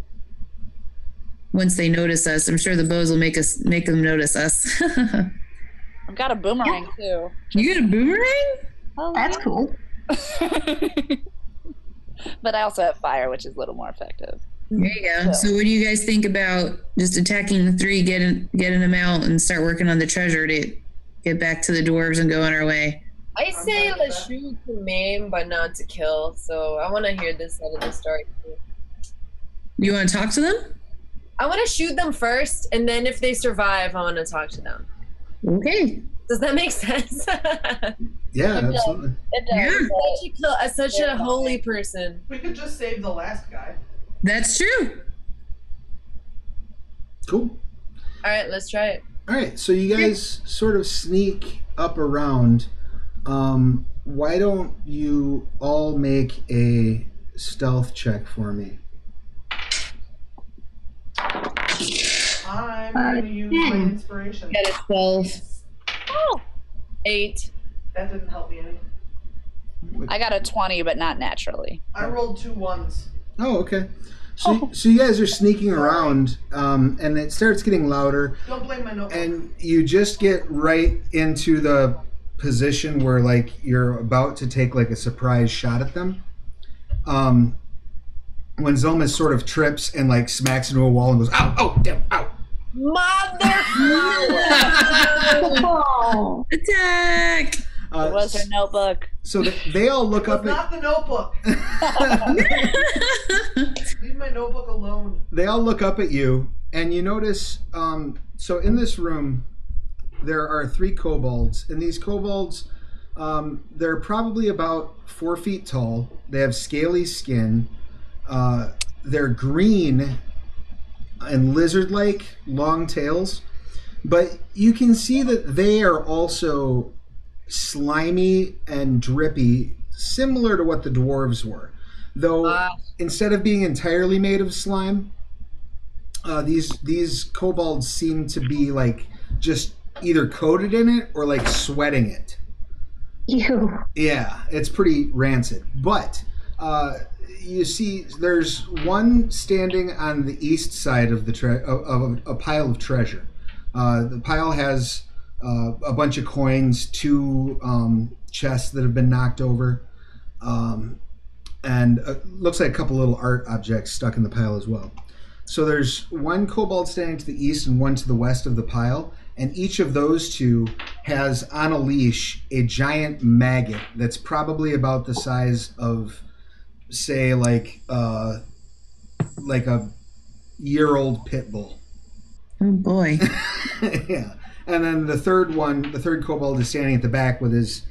S4: once they notice us. I'm sure the bows will make us make them notice us.
S5: I've got a boomerang too.
S4: you got a boomerang?
S5: Oh,
S3: That's cool.
S5: yeah. but I also have fire, which is a little more effective.
S4: There you go. So, what do you guys think about just attacking the three, getting getting them out, and start working on the treasure to get back to the dwarves and go on our way?
S2: I say
S6: fine with that.
S2: Lashu to maim, but not to kill. So I want to hear this side of the story. too.
S4: You want to talk to them?
S2: I want to shoot them first, and then if they survive, I want to talk to them.
S4: Okay.
S2: Does that make sense?
S1: yeah,
S5: Okay.
S1: absolutely.
S5: It
S4: Yeah.
S5: does. but-
S2: she kill as such a holy person.
S6: We could just save the last guy.
S4: That's true.
S1: Cool.
S2: All right, let's try it.
S1: All right, so you guys sort of sneak up around. Um, why don't you all make a stealth check for me?
S6: I'm gonna use my
S3: hmm.
S6: inspiration.
S4: Got a twelve.
S5: Oh,
S2: Eight.
S6: That didn't help me any.
S5: I got a 20, but not naturally.
S6: I rolled two ones.
S1: Oh, okay. So,
S2: Oh.
S1: so you guys are sneaking around, um, and it starts getting louder.
S6: Don't blame my notebook.
S1: and you just get right into the position where like you're about to take like a surprise shot at them um when Zelma sort of trips and like smacks into a wall and goes ow oh damn ow
S3: Oh,
S4: Attack!
S5: It
S1: uh,
S5: was her notebook.
S1: so th- they all look
S6: It's
S1: up
S6: not the notebook.
S1: at
S6: Leave my notebook alone.
S1: they all look up at you, and you notice. Um, so in this room, there are three kobolds, and these kobolds, um, they're probably about four feet tall. They have scaly skin. Uh, they're green and lizard-like, long tails, but you can see that they are also slimy and drippy, similar to what the dwarves were, though
S2: Ah,
S1: instead of being entirely made of slime, uh, these these kobolds seem to be like just either coated in it or like sweating it.
S3: You.
S1: Yeah, it's pretty rancid. But uh, you see, there's one standing on the east side of the tre- of, of a pile of treasure. Uh, the pile has uh, a bunch of coins, two um, chests that have been knocked over, um, and uh, looks like a couple little art objects stuck in the pile as well. So there's one kobold standing to the east and one to the west of the pile, and each of those two has on a leash a giant maggot that's probably about the size of, say, like uh, like a year old pit bull.
S4: Oh boy.
S1: yeah. And then the third one, the third kobold is standing at the back with his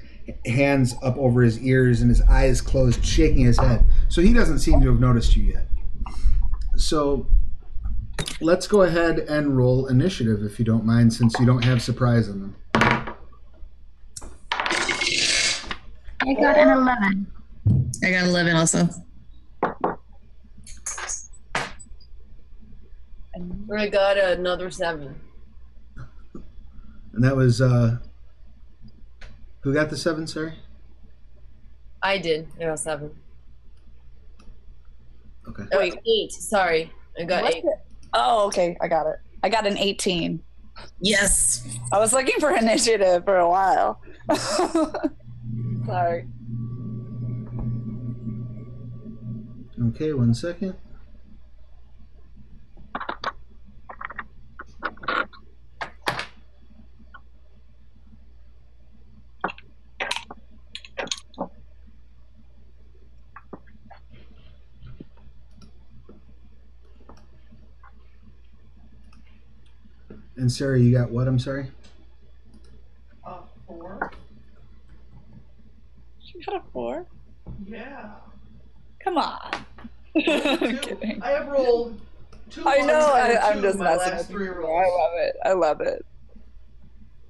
S1: hands up over his ears and his eyes closed, shaking his head. So he doesn't seem to have noticed you yet. So let's go ahead and roll initiative if you don't mind, since you don't have surprise on them.
S3: I got an 11.
S4: I got 11 also.
S2: I got another seven.
S1: And that was uh who got the seven, sorry?
S2: I did. I got seven.
S1: Okay.
S2: Oh, wait, eight. Sorry. I got
S5: What's
S2: eight.
S5: it? Oh, okay. I got it. I got an 18.
S4: Yes.
S5: I was looking for initiative for a while. Sorry.
S1: Okay, one second. And Sarah, you got what? I'm sorry.
S6: Uh, four?
S5: She got a four?
S6: Yeah.
S5: Come on.
S6: Two.
S5: I'm kidding.
S6: I have rolled two.
S5: I
S6: ones
S5: know.
S6: and
S5: I,
S6: two
S5: I'm just
S6: my
S5: messing
S6: last
S5: with
S6: three
S5: you.
S6: rolls.
S5: I love it. I love it.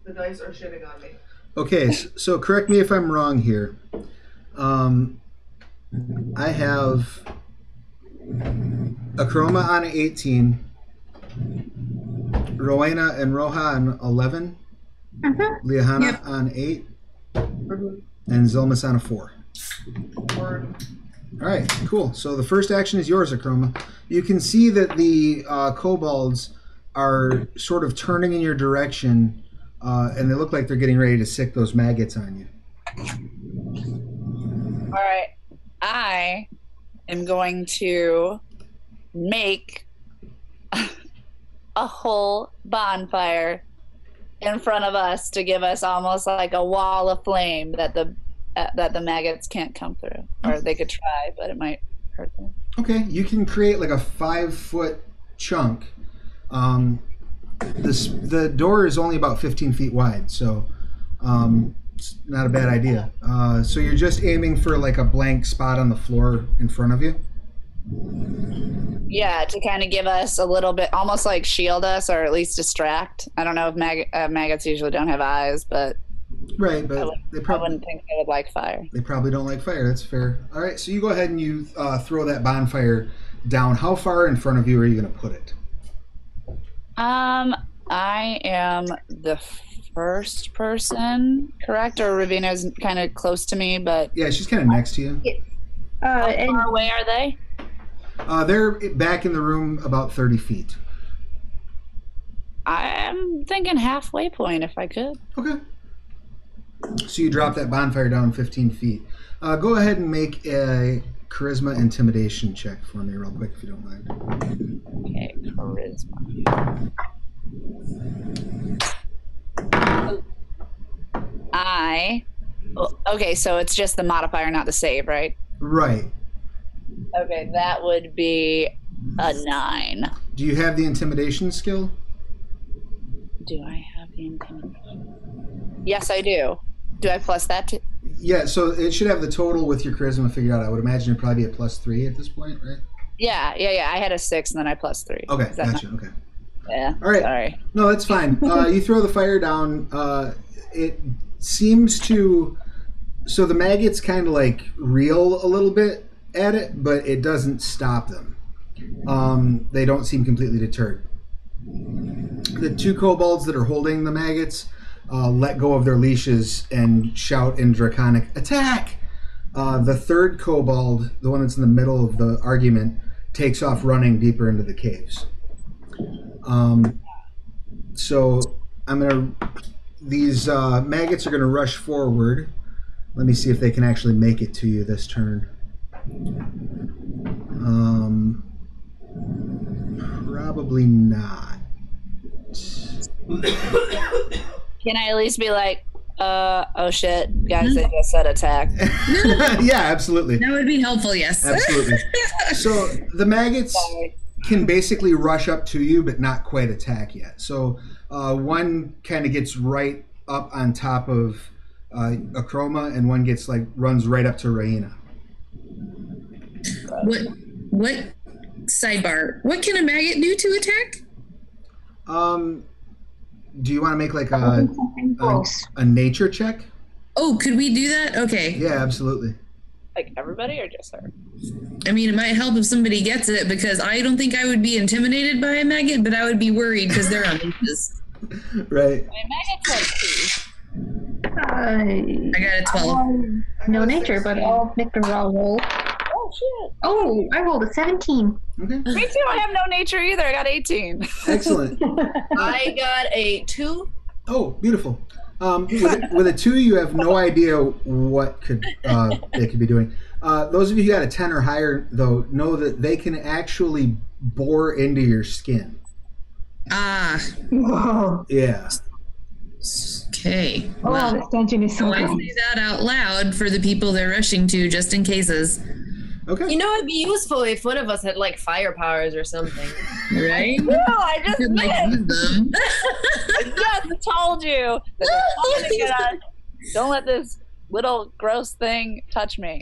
S6: The dice are shitting on me.
S1: Okay, s- so correct me if I'm wrong here. Um, I have a Chroma on 18, Rowena and Roja on 11,
S3: Mhm.
S1: Liahana
S4: Yep.
S1: on 8, and Zelmus on a 4.
S6: Word.
S1: All right, cool. So the first action is yours, Akroma. You can see that the uh, kobolds are sort of turning in your direction, uh, and they look like they're getting ready to sick those maggots on you.
S5: All right. I am going to make a whole bonfire in front of us to give us almost like a wall of flame that the uh, that the maggots can't come through, or they could try, but it might hurt them.
S1: Okay, you can create like a five foot chunk. Um, this the door is only about fifteen feet wide, so um, it's not a bad idea. Uh, so you're just aiming for like a blank spot on the floor in front of you.
S5: Yeah, to kind of give us a little bit, almost like shield us or at least distract. I don't know if mag- uh, maggots usually don't have eyes, but
S1: Right,
S5: I
S1: but
S5: would-
S1: they
S5: I
S1: probably
S5: wouldn't think they would like fire.
S1: they probably don't like fire. That's fair. All right, so you go ahead and you uh, throw that bonfire down. How far in front of you are you going to put it?
S5: Um, I am the first person, correct? Or Ravina's kind of close to me, but
S1: Yeah, she's kind of next to you.
S3: Uh,
S5: how
S3: and
S5: far away are they?
S1: Uh, they're back in the room about thirty feet.
S5: I'm thinking halfway point if I could.
S1: Okay. So you drop that bonfire down 15 feet. Uh, go ahead and make a charisma intimidation check for me, real quick, if you don't mind.
S5: Okay, charisma. I. well, Okay, so it's just the modifier, not the save, right?
S1: Right.
S5: Okay, that would be A nine.
S1: Do you have the intimidation skill?
S5: Do I have the intimidation? Yes, I do. Do I plus that? To-
S1: Yeah, so it should have the total with your charisma figured out. I would imagine it'd probably be a plus three at this point, right?
S5: yeah, yeah, yeah. I had a six and then I plus three.
S1: Okay,
S5: Is that
S1: gotcha. Okay.
S5: not- yeah.
S1: All right.
S5: Sorry.
S1: No, that's fine. Uh, you throw the fire down. Uh, it seems to. So the maggots kind of like reel a little bit at it, but it doesn't stop them. Um, they don't seem completely deterred. The two kobolds that are holding the maggots uh, let go of their leashes and shout in draconic attack. Uh, the third kobold, the one that's in the middle of the argument, takes off running deeper into the caves. Um, so I'm gonna. These uh, maggots are gonna rush forward. Let me see if they can actually make it to you this turn. Um, probably not.
S5: Can I at least be like, uh, oh shit, guys,
S4: Mm-hmm.
S5: they just said attack.
S1: yeah, absolutely,
S4: That would be helpful, yes.
S1: absolutely. So the maggots
S5: Sorry.
S1: can basically rush up to you, but not quite attack yet. So uh, one kind of gets right up on top of uh, Akroma, and one gets like runs right up to Raina.
S4: What what sidebar? What can a maggot do to attack?
S1: Um, do you want to make like a,
S3: Uh, Something
S1: a
S3: close.
S1: a nature check?
S4: Oh, could we do that? Okay.
S1: Yeah, absolutely.
S5: Like everybody or just her?
S4: I mean, it might help if somebody gets it because I don't think I would be intimidated by a maggot, but I would be worried because they're on leashes.
S1: Right.
S5: I mean, maggots like two.
S3: Uh, um,
S4: I got a 12.
S6: I
S3: no
S6: got a
S3: nature, but
S6: 16.
S3: I'll make the raw roll.
S5: Oh
S3: Oh, I rolled a 17.
S1: Okay.
S5: shit. Me too. I have no nature either. I got 18.
S1: Excellent.
S2: I got a two.
S1: Oh, beautiful. Um, with, with a two, you have no idea what could uh, they could be doing. Uh, those of you who got a ten or higher, though, know that they can actually bore into your skin.
S4: Ah,
S3: Whoa.
S1: Yeah.
S4: okay.
S3: Oh, wow,
S4: Wow.
S3: this dungeon is so
S4: So I
S3: cool.
S4: say that out loud for the people they're rushing to, just in cases,
S1: Okay.
S2: You know, it'd be useful if one of us had like fire powers or something.
S4: right?
S5: No, I just
S4: Could, like,
S5: did.
S4: use them.
S5: yes, I told you. There's a toilet to get on. Don't let this little gross thing touch me.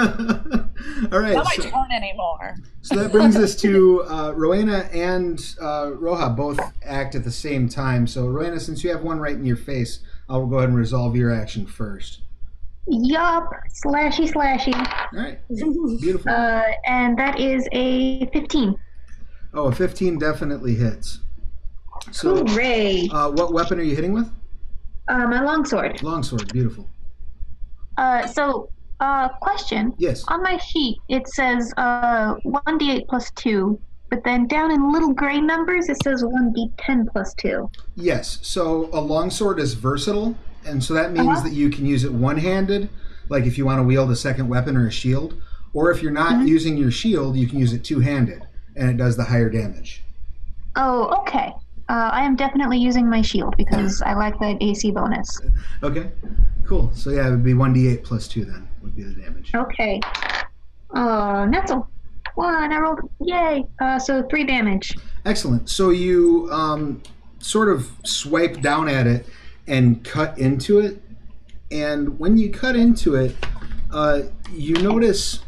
S1: All right.
S5: Not my
S1: so-
S5: turn anymore.
S1: So that brings us to uh, Rowena and uh, Roja both act at the same time. So Rowena, since you have one right in your face, I'll go ahead and resolve your action first.
S3: Yup. Slashy, slashy.
S1: All right, beautiful.
S3: Uh, and that is a 15.
S1: Oh, a 15 definitely hits. So,
S3: Hooray.
S1: uh, what weapon are you hitting with?
S3: Uh, my longsword.
S1: Longsword. Beautiful.
S3: Uh, so, uh, question.
S1: Yes.
S3: On my sheet, it says uh, 1d8 plus 2, but then down in little gray numbers, it says 1d10 plus 2.
S1: Yes. So a longsword is versatile, and so that means that you can use it one-handed, like if you want to wield a second weapon or a shield, or if you're not using your shield, you can use it two-handed, and it does the higher damage.
S3: Oh, okay. Uh, I am definitely using my shield because I like that AC bonus.
S1: Okay, cool. So yeah, it would be one d8 plus two then would be the damage.
S3: Okay. Uh, Netzel. One, I rolled. Yay! Uh, so three damage.
S1: Excellent. So you um, sort of swipe down at it and cut into it, and when you cut into it, uh, you notice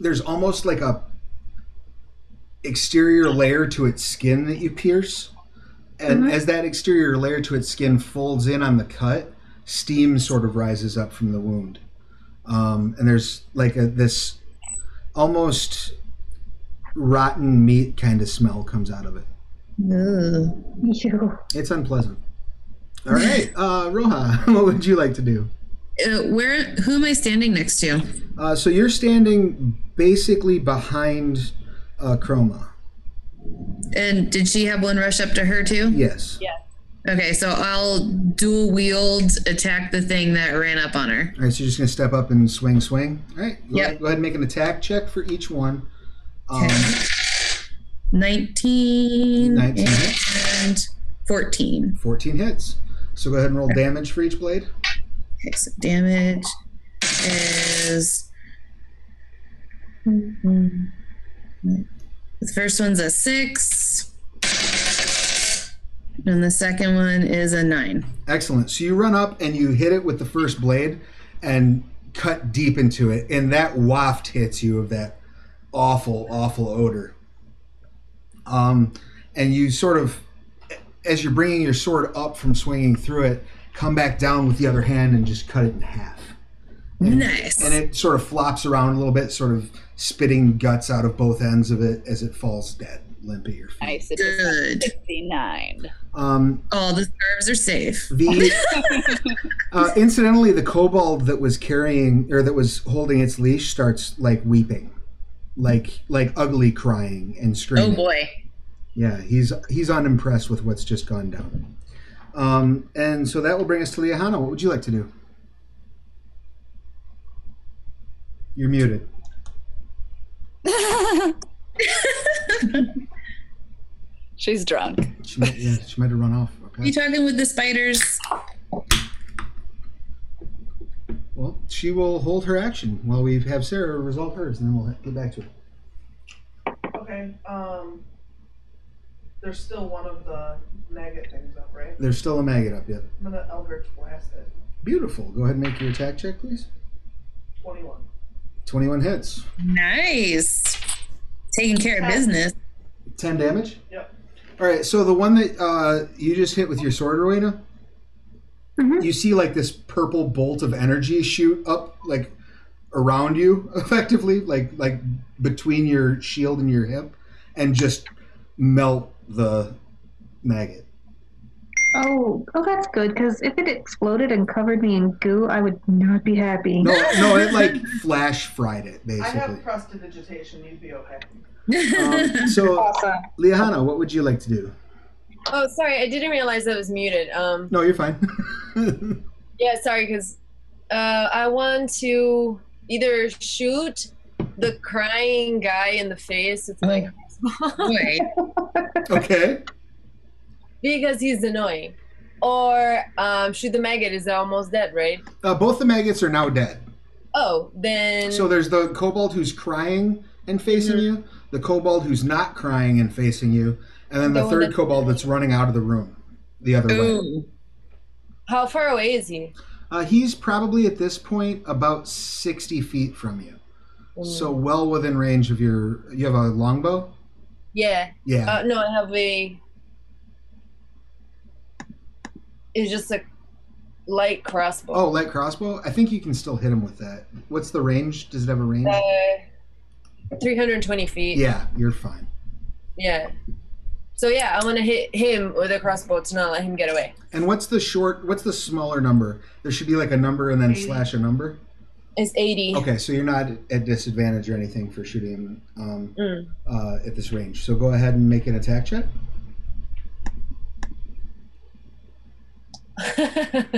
S1: there's almost like a exterior layer to its skin that you pierce, and as that exterior layer to its skin folds in on the cut, steam sort of rises up from the wound, um, and there's like a, this almost rotten meat kind of smell comes out of it.
S4: Ugh.
S3: You.
S1: It's unpleasant. All right, uh, Roja, what would you like to do?
S4: Uh, where? Who am I standing next to?
S1: Uh, so you're standing basically behind uh, Chroma.
S4: And did she have one rush up to her too?
S1: Yes.
S4: Okay, so I'll dual wield attack the thing that ran up on her.
S1: All right, so you're just gonna step up and swing, swing. All right. Go,
S4: Yep.
S1: go ahead and make an attack check for each one. Um,
S4: Nineteen,
S1: 19.
S4: and fourteen.
S1: 14 hits. So go ahead and roll damage for each blade.
S4: Okay, so damage is. hmm, The first one's a six, and the second one is a nine.
S1: Excellent. So you run up and you hit it with the first blade and cut deep into it, and that waft hits you of that awful, awful odor. Um, and you sort of, as you're bringing your sword up from swinging through it, come back down with the other hand and just cut it in half.
S4: Nice.
S1: Mm. And it sort of flops around a little bit, sort of spitting guts out of both ends of it as it falls dead, limp at your feet.
S5: Nice. It's
S4: Good.
S5: 69.
S1: Um,
S4: All the scarves are safe.
S1: The uh, incidentally, the kobold that was carrying or that was holding its leash starts like weeping, like like ugly crying and
S4: Oh
S1: screaming.
S4: boy.
S1: Yeah, he's he's unimpressed with what's just gone down. Um, and so that will bring us to Liahana. What would you like to do? You're muted.
S5: She's drunk.
S1: She might, yeah, she might have run off.
S4: You
S1: Okay.
S4: talking with the spiders?
S1: Well, she will hold her action while we have Sarah resolve hers, and then we'll get back to it.
S6: Okay. Um. There's still one of the maggot things up, right?
S1: There's still a maggot up yet.
S6: I'm gonna Eldritch Blast it.
S1: Beautiful. Go ahead and make your attack check, please.
S6: 21.
S1: 21 hits.
S4: Nice. Taking care of business.
S1: 10 damage?
S6: Yep.
S1: All right, so the one that uh, you just hit with your sword, Rowena,
S3: Mhm.
S1: you see like this purple bolt of energy shoot up, like around you, effectively, like like between your shield and your hip, and just melt the maggot.
S3: Oh, oh, that's good. Because if it exploded and covered me in goo, I would not be happy.
S1: No, no, it like flash fried it,
S6: I have
S1: basically.
S6: prestidigitation. You'd be okay.
S1: Um, so,
S3: Awesome.
S1: Liahana, what would you like to do?
S2: Oh, sorry, I didn't realize I was muted. Um,
S1: No, you're fine.
S2: yeah, sorry, because uh, I want to either shoot the crying guy in the face with my crossbow
S4: Boy.
S1: okay.
S2: because he's annoying, or um, shoot the maggot. Is almost dead, right?
S1: Uh, both the maggots are now dead.
S2: Oh, then
S1: So there's the kobold who's crying and facing
S2: Mm-hmm.
S1: you, the kobold who's not crying and facing you, and then the,
S2: The one
S1: third
S2: that-
S1: kobold that's running out of the room the other way.
S4: Ooh.
S2: how far away is he?
S1: Uh, he's probably at this point about 60 feet from you.
S2: Mm.
S1: So well within range of your. You have a longbow?
S2: Yeah.
S1: Yeah.
S2: Uh, no, I have a. It's just a light crossbow.
S1: oh, light crossbow? I think you can still hit him with that. What's the range? Does it have a range?
S2: Uh, 320 feet.
S1: mm. yeah, you're fine.
S2: Yeah. So yeah, I'm gonna hit him with a crossbow to not let him get away.
S1: And what's the short. What's the smaller number? There should be like a number and then
S6: Eighty.
S1: slash a number.
S2: It's 80.
S1: Okay, so you're not at disadvantage or anything for shooting him um,
S2: Mm.
S1: uh, at this range. So go ahead and make an attack check.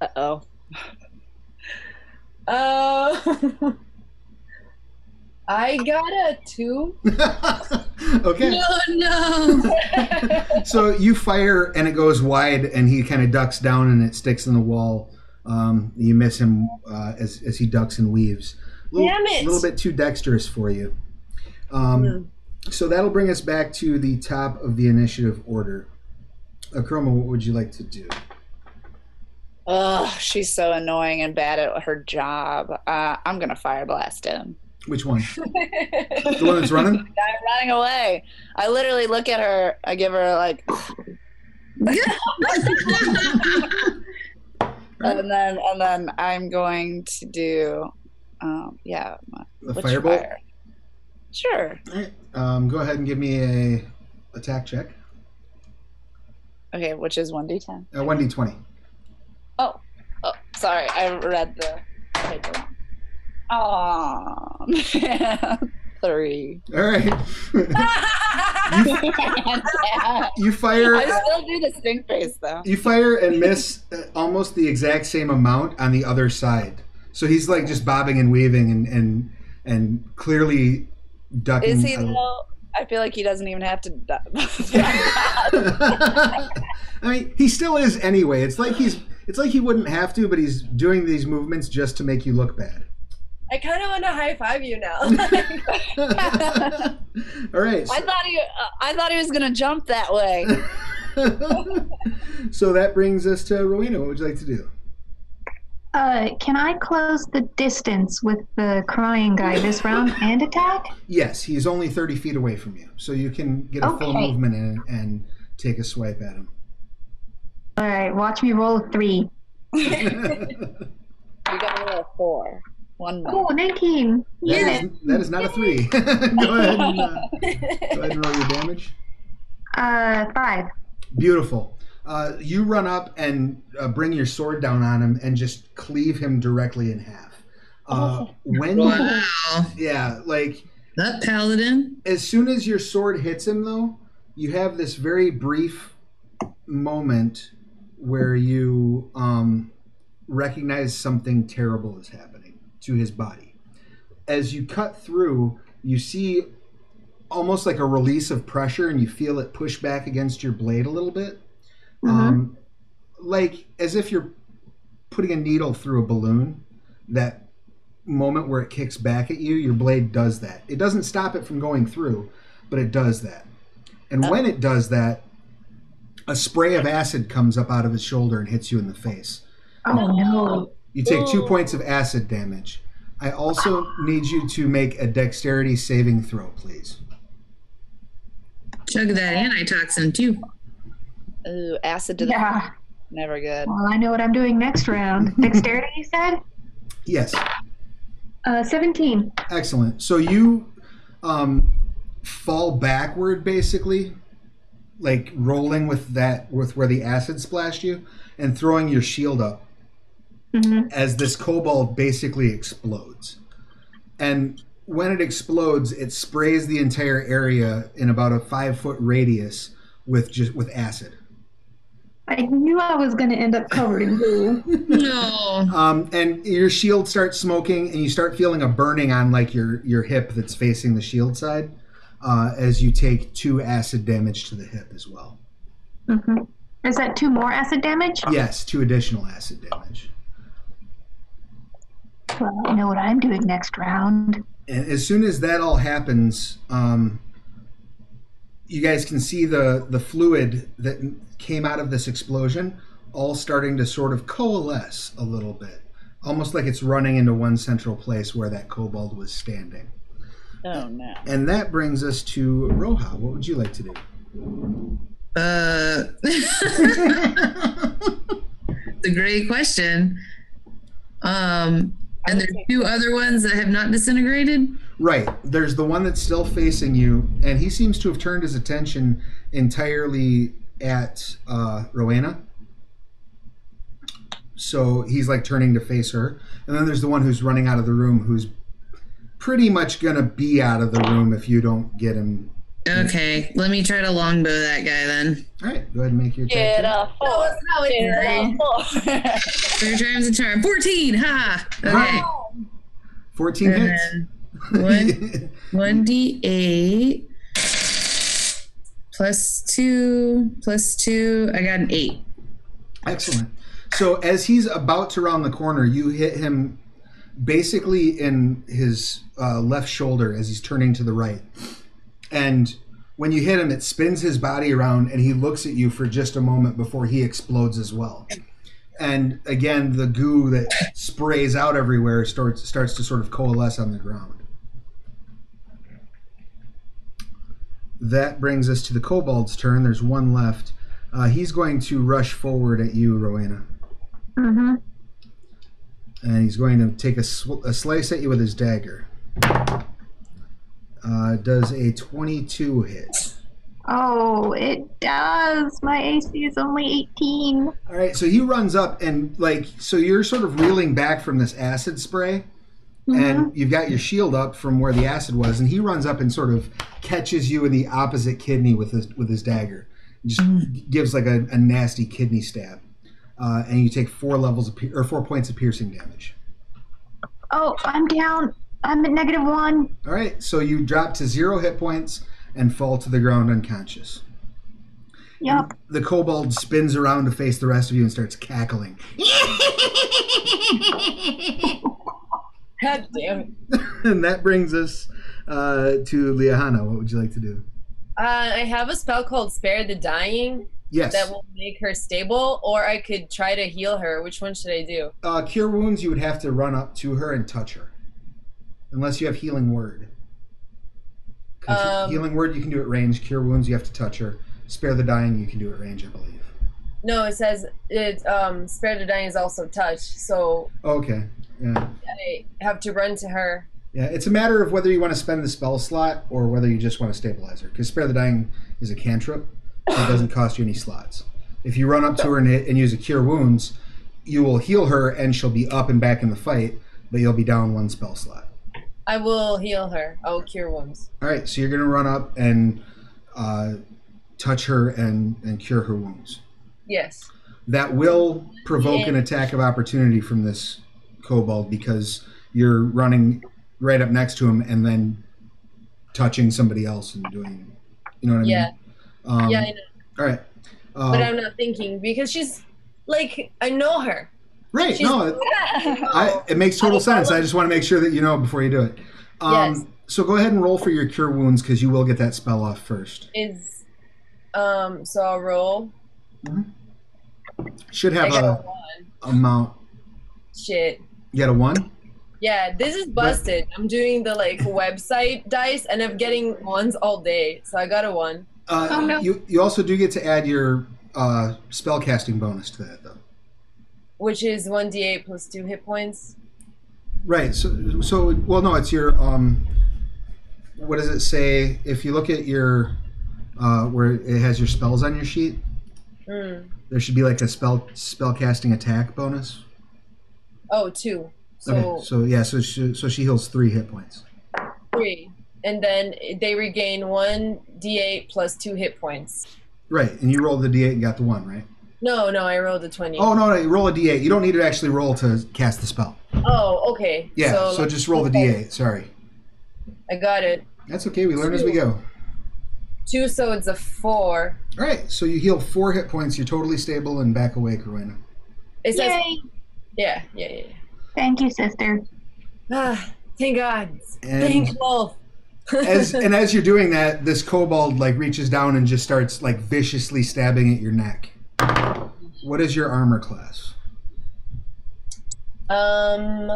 S5: Uh oh.
S2: uh, I got a two.
S1: okay,
S4: Oh no.
S1: so you fire and it goes wide, and he kind of ducks down and it sticks in the wall. Um, you miss him uh, as, as he ducks and weaves. Little,
S2: Damn it. Mm.
S1: little bit too dexterous for you. Um, So that'll bring us back to the top of the initiative order. Akroma, what would you like to do?
S5: Ugh, she's so annoying and bad at her job. Uh, I'm gonna fire blast him.
S1: Which one? the one that's running?
S5: I'm running away. I literally look at her. I give her like, and then and then I'm going to do, um, yeah, my-
S1: The
S5: which
S1: firebolt?
S5: fire? Sure.
S1: All right. Um, go ahead and give me a attack check.
S5: Okay, which is one d10.
S1: Uh, 1d20.
S5: Oh, sorry, I read the paper. wrong. Aw, man. three.
S1: All right. you fire
S5: I still do the stink face though.
S1: you fire and miss uh, almost the exact same amount on the other side. So he's like just bobbing and weaving and and, and clearly ducking.
S5: Is he
S1: out of-
S5: though? I feel like he doesn't even have to.
S1: I mean, he still is anyway. It's like he's it's like he wouldn't have to, but he's doing these movements just to make you look bad.
S2: I kind of want to high five you now.
S1: All right.
S5: I
S1: so-
S5: thought he, uh, I thought he was gonna jump that way.
S1: so that brings us to Rowena. What would you like to do?
S3: Uh, can I close the distance with the crying guy this round and attack?
S1: Yes, he's only 30 feet away from you, so you can get a full
S3: Okay.
S1: movement and, and take a swipe at
S3: All right, watch me roll a three.
S1: him.
S5: You got a little four. One
S3: Oh,
S5: more.
S3: 19.
S1: That is
S3: Yeah.
S1: that is not a three. go, ahead and, uh, go ahead and roll your damage.
S3: Uh, five.
S1: Beautiful. Uh, you run up and uh, bring your sword down on him and just cleave him directly in half. Uh, when
S4: Wow.
S1: yeah, like
S4: That paladin.
S1: as soon as your sword hits him though you have this very brief moment where you um, recognize something terrible is happening to his body as you cut through you see almost like a release of pressure and you feel it push back against your blade a little bit um, like as if you're putting a needle through a balloon that moment where it kicks back at you, your blade does that. It doesn't stop it from going through, but it does that. And when it does that, a spray of acid comes up out of his shoulder and hits you in the face.
S3: Oh, no.
S1: You take two points of acid damage. I also need you to make a dexterity saving throw, please.
S4: Chug that antitoxin too.
S5: Ooh, acid to the
S3: Yeah.
S5: never good.
S3: Well, I know what I'm doing next round. Dexterity, you said?
S1: Yes.
S3: Uh, 17.
S1: Excellent. So you um, fall backward, basically, like rolling with that with where the acid splashed you, and throwing your shield up
S3: Mhm.
S1: as this kobold basically explodes. And when it explodes, it sprays the entire area in about a five foot radius with just with acid.
S3: I knew I was going to end up covered in goo.
S4: No.
S1: Um, and your shield starts smoking, and you start feeling a burning on like your your hip that's facing the shield side, uh, as you take two acid damage to the hip as well.
S3: hmm Is that two more acid damage?
S1: Yes, two additional acid damage.
S3: Well, I know what I'm doing next round.
S1: And as soon as that all happens, um, you guys can see the the fluid that came out of this explosion all starting to sort of coalesce a little bit, almost like it's running into one central place where that kobold was standing.
S5: Oh no.
S1: And that brings us to Roja. What would you like to do?
S4: Uh, it's a great question. Um, and there's two other ones that have not disintegrated.
S1: right. There's the one that's still facing you, and he seems to have turned his attention entirely at uh, Rowena. So he's like turning to face her. And then there's the one who's running out of the room who's pretty much going to be out of the room if you don't get him.
S4: Okay, let me try to longbow that guy then.
S1: All right. Go ahead and make your attack.
S5: Get a
S2: That
S5: four.
S2: was how it
S5: Get
S2: did.
S5: a four.
S4: Three times a charm. 14! Ha! ha. Okay.
S1: Wow. 14
S4: And
S1: hits.
S4: then 1d8 plus 2 plus 2. I got an 8.
S1: Excellent. So as he's about to round the corner, you hit him basically in his uh, left shoulder as he's turning to the right. And when you hit him, it spins his body around and he looks at you for just a moment before he explodes as well. And again, the goo that sprays out everywhere starts starts to sort of coalesce on the ground. That brings us to the kobold's turn. There's one left. Uh, he's going to rush forward at you, Rowena,
S3: Mm-hmm.
S1: and he's going to take a, sw- a slice at you with his dagger. Uh, does a 22 hit.
S3: Oh, it does. My AC is only 18.
S1: All right, so he runs up and, like, so you're sort of reeling back from this acid spray,
S3: Mm-hmm.
S1: and you've got your shield up from where the acid was, and he runs up and sort of catches you in the opposite kidney with his, with his dagger. Just gives, like, a, a nasty kidney stab. Uh, and you take four levels of, pier- or four points of piercing damage.
S3: Oh, I'm down. I'm at negative one.
S1: All right, so you drop to zero hit points and fall to the ground unconscious.
S3: Yup.
S1: The kobold spins around to face the rest of you and starts cackling.
S2: God damn it.
S1: and that brings us uh, to Liahana. What would you like to do?
S2: Uh, I have a spell called Spare the Dying
S1: Yes.
S2: that will make her stable, or I could try to heal her. Which one should I do?
S1: Uh, cure wounds, you would have to run up to her and touch her, unless you have healing word. 'Cause
S2: Um,
S1: healing word, you can do at range. Cure wounds, you have to touch her. Spare the dying, you can do at range, I believe.
S2: No, it says it. Um, Spare the Dying is also touch, so
S1: Okay. Yeah.
S2: I have to run to her.
S1: Yeah. It's a matter of whether you want to spend the spell slot or whether you just want to stabilize her. Because spare the dying is a cantrip, so it doesn't cost you any slots. If you run up to her and, hit, and use a cure wounds, you will heal her and she'll be up and back in the fight, but you'll be down one spell slot.
S2: I will heal her. I will cure wounds.
S1: All right, so you're gonna run up and uh, touch her and and cure her wounds.
S2: Yes.
S1: That will provoke an attack of opportunity from this kobold because you're running right up next to him and then touching somebody else and doing, you know what I
S2: Yeah.
S1: mean? Um,
S2: yeah, I know.
S1: All right. Uh,
S2: But um, I'm not thinking because she's like I know her.
S1: right.
S2: she's-
S1: No, it, I, it makes total sense. I just want to make sure that you know before you do it. Um,
S2: Yes.
S1: So go ahead and roll for your cure wounds because you will get that spell off first.
S2: Is um. So I'll roll.
S1: Should
S2: I
S1: have
S2: got a
S1: a
S2: one.
S1: amount.
S2: Shit.
S1: You got a one.
S2: Yeah, this is busted. I'm doing the like website dice and I'm getting ones all day. So I got a one.
S1: Uh,
S3: Oh, no.
S1: you, you also do get to add your uh, spell casting bonus to that, though.
S2: Which is one D eight plus two hit points.
S1: Right. So, so well, no, it's your. Um, what does it say? If you look at your. Uh, where it has your spells on your sheet,
S2: Mm.
S1: there should be like a spell spell casting attack bonus.
S2: Oh, two. So
S1: okay. So, yeah, so she, so she heals three hit points.
S2: three. And then they regain one D eight plus two hit points.
S1: Right. And you rolled the d8 and got the one, right?
S2: No, no, I rolled a twenty.
S1: Oh, no, no, you roll a d8. You don't need to actually roll to cast the spell.
S2: Oh, okay.
S1: Yeah, so,
S2: So,
S1: just roll the d8. Sorry.
S2: I got it.
S1: That's okay. We learn as we go.
S2: Two, so it's a four.
S1: All right, so you heal four hit points. You're totally stable and back awake, Rowena.
S2: It says,
S3: Yay!
S2: yeah, yeah, yeah. yeah.
S3: Thank you, sister.
S2: Ah, thank God.
S1: And
S2: Thank both.
S1: as and as you're doing that, this kobold like reaches down and just starts like viciously stabbing at your neck. What is your armor class?
S2: um,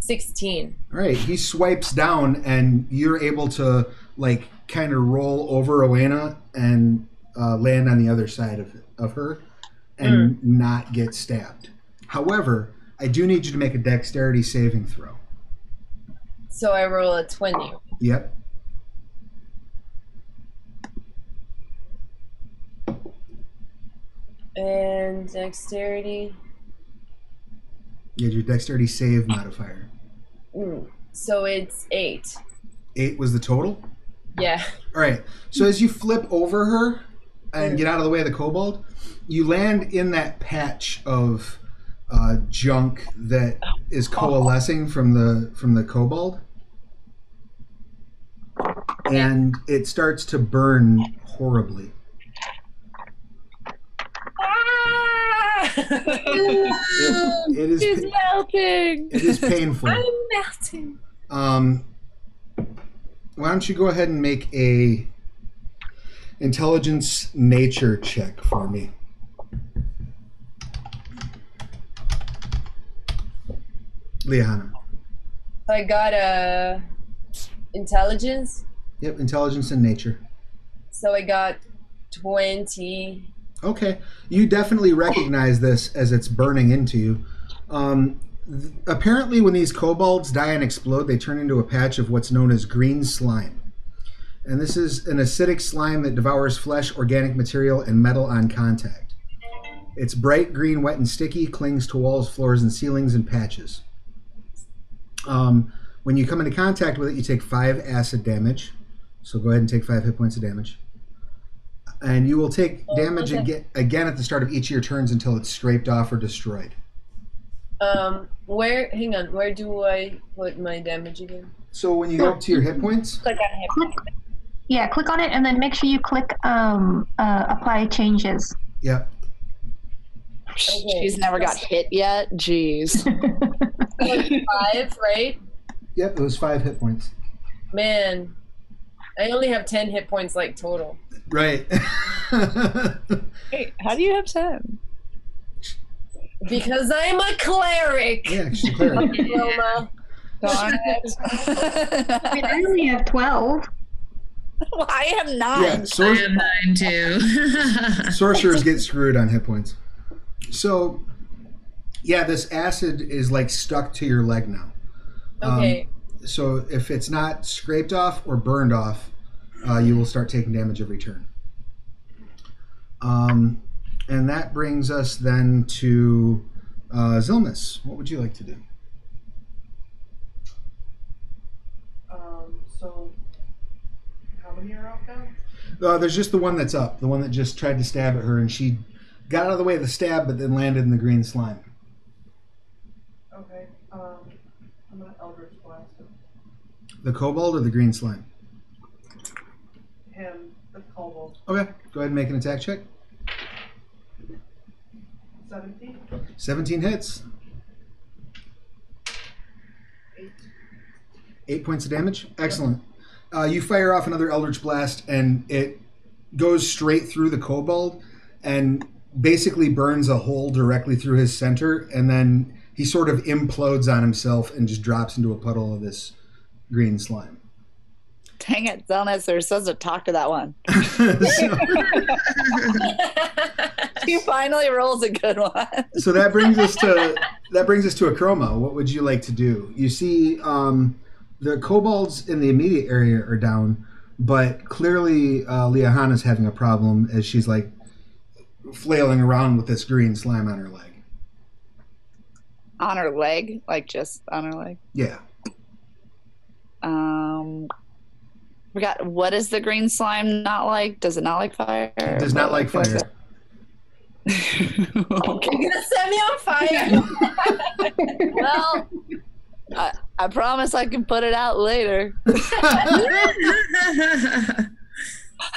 S2: sixteen.
S1: All right, he swipes down, and you're able to like kind of roll over Rowena and uh, land on the other side of of her, and not get stabbed. However, I do need you to make a dexterity saving throw.
S2: So I roll a 20.
S1: Yep.
S2: And dexterity.
S1: Yeah, your dexterity save modifier.
S2: Mm. So it's 8.
S1: Eight was the total.
S2: Yeah.
S1: All right. So as you flip over her and get out of the way of the kobold, you land in that patch of uh, junk that is coalescing from the from the kobold, and it starts to burn horribly.
S5: Ah!
S1: It, it is pa-
S2: melting.
S1: it is painful.
S2: melting.
S1: Um, why don't you go ahead and make a intelligence nature check for me? Liana.
S2: So I got a intelligence.
S1: Yep, intelligence and nature.
S2: So I got 20.
S1: Okay. You definitely recognize this as it's burning into you. Um, th- apparently, when these kobolds die and explode, they turn into a patch of what's known as green slime. And this is an acidic slime that devours flesh, organic material, and metal on contact. It's bright green, wet, and sticky, clings to walls, floors, and ceilings in patches. Um, when you come into contact with it, you take five acid damage. So go ahead and take five hit points of damage and you will take damage
S2: okay.
S1: aga again at the start of each of your turns until it's scraped off or destroyed.
S2: Um, where, hang on, where do I put my damage again?
S1: So when you go up to your hit points,
S2: Click on him.
S3: Click. Yeah, click on it, and then make sure you click um, uh, apply changes.
S1: yep.
S5: She's never got hit yet. Jeez.
S2: Five, right?
S1: Yep, it was five hit points.
S2: Man, I only have ten hit points like total.
S1: Right.
S7: Wait, how do you have ten?
S2: Because I'm a cleric.
S1: yeah, she's a cleric.
S2: Roma.
S7: Darn it.
S3: I mean, I only have 12.
S5: I am not.
S1: Yeah,
S4: I
S1: sor-
S4: have nine too.
S1: sorcerers get screwed on hit points. So, yeah, this acid is like stuck to your leg now. Um,
S2: Okay.
S1: so if it's not scraped off or burned off, uh, you will start taking damage every turn. Um, and that brings us then to uh, Zilmus. What would you like to do?
S6: Um, so, how many are out now?
S1: Uh, there's just the one that's up, the one that just tried to stab at her, and she got out of the way of the stab, but then landed in the green slime.
S6: Okay. Um, I'm gonna Eldritch Blast him.
S1: The kobold or the green slime?
S6: him, the kobold.
S1: Okay, go ahead and make an attack check.
S6: 17,
S1: 17 hits,
S6: 8.
S1: eight points of damage. Excellent. Uh, you fire off another Eldritch Blast, and it goes straight through the kobold and basically burns a hole directly through his center, and then he sort of implodes on himself and just drops into a puddle of this green slime.
S5: Dang it, Zelnis. They're supposed to talk to that one.
S1: so,
S5: She finally rolls a good one.
S1: so that brings us to that brings us to a chroma. What would you like to do? You see, um, the kobolds in the immediate area are down, but clearly uh, Liahana's having a problem as she's like flailing around with this green slime on her leg.
S5: On her leg, like just on her leg.
S1: Yeah,
S5: Um, we got what is the green slime not like? Does it not like fire?
S1: does not like fire.
S5: okay.
S2: You're gonna set me on fire.
S5: Well, I, I promise I can put it out later.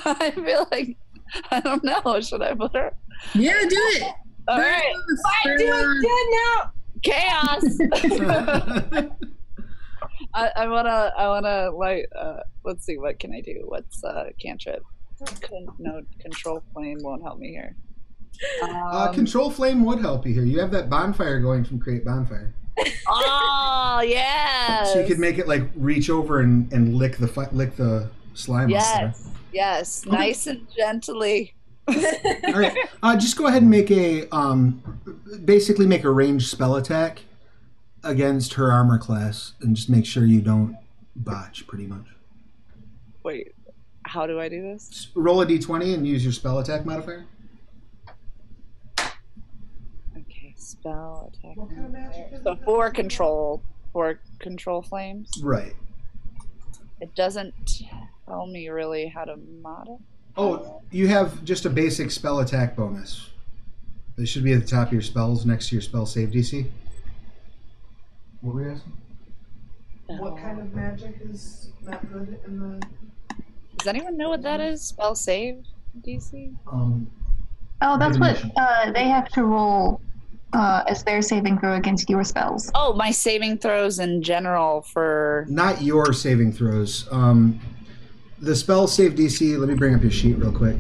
S5: I feel like I don't know. Should I put her?
S4: yeah, do it.
S5: All
S4: Burn
S5: right,
S4: us,
S2: I
S4: burn
S2: do
S4: us.
S2: it
S5: chaos. I, I wanna, I wanna like. Uh, let's see, what can I do? What's uh, cantrip? Con- no, control plane won't help me here.
S1: uh,
S5: Um,
S1: control flame would help you here. You have that bonfire going from create bonfire,
S5: oh yes.
S1: so you could make it like reach over and, and lick the fi- lick the slime. off there.
S5: Yes, yes, nice and gently.
S1: All right. Uh, just go ahead and make a um, basically make a ranged spell attack against her armor class, and just make sure you don't botch. Pretty much.
S5: Wait, how do I do this?
S1: Just roll a d20 and use your spell attack modifier.
S5: Okay, spell attack.
S6: What kind of magic is
S5: So
S6: it?
S5: four control, four control flames.
S1: Right.
S5: It doesn't tell me really how to mod it.
S1: Oh, you have just a basic spell attack bonus. It should be at the top of your spells, next to your spell save DC. What were you asking?
S5: Um,
S6: What kind of magic is not good in the.
S5: Does anyone know what that
S1: Mm.
S5: is? Spell save DC?
S1: Um,
S3: Oh, that's what
S1: Divination.
S3: uh, they have to roll uh, as their saving throw against your spells.
S5: Oh, my saving throws in general for
S1: not your saving throws. Um, the spell save DC. Let me bring up your sheet real quick.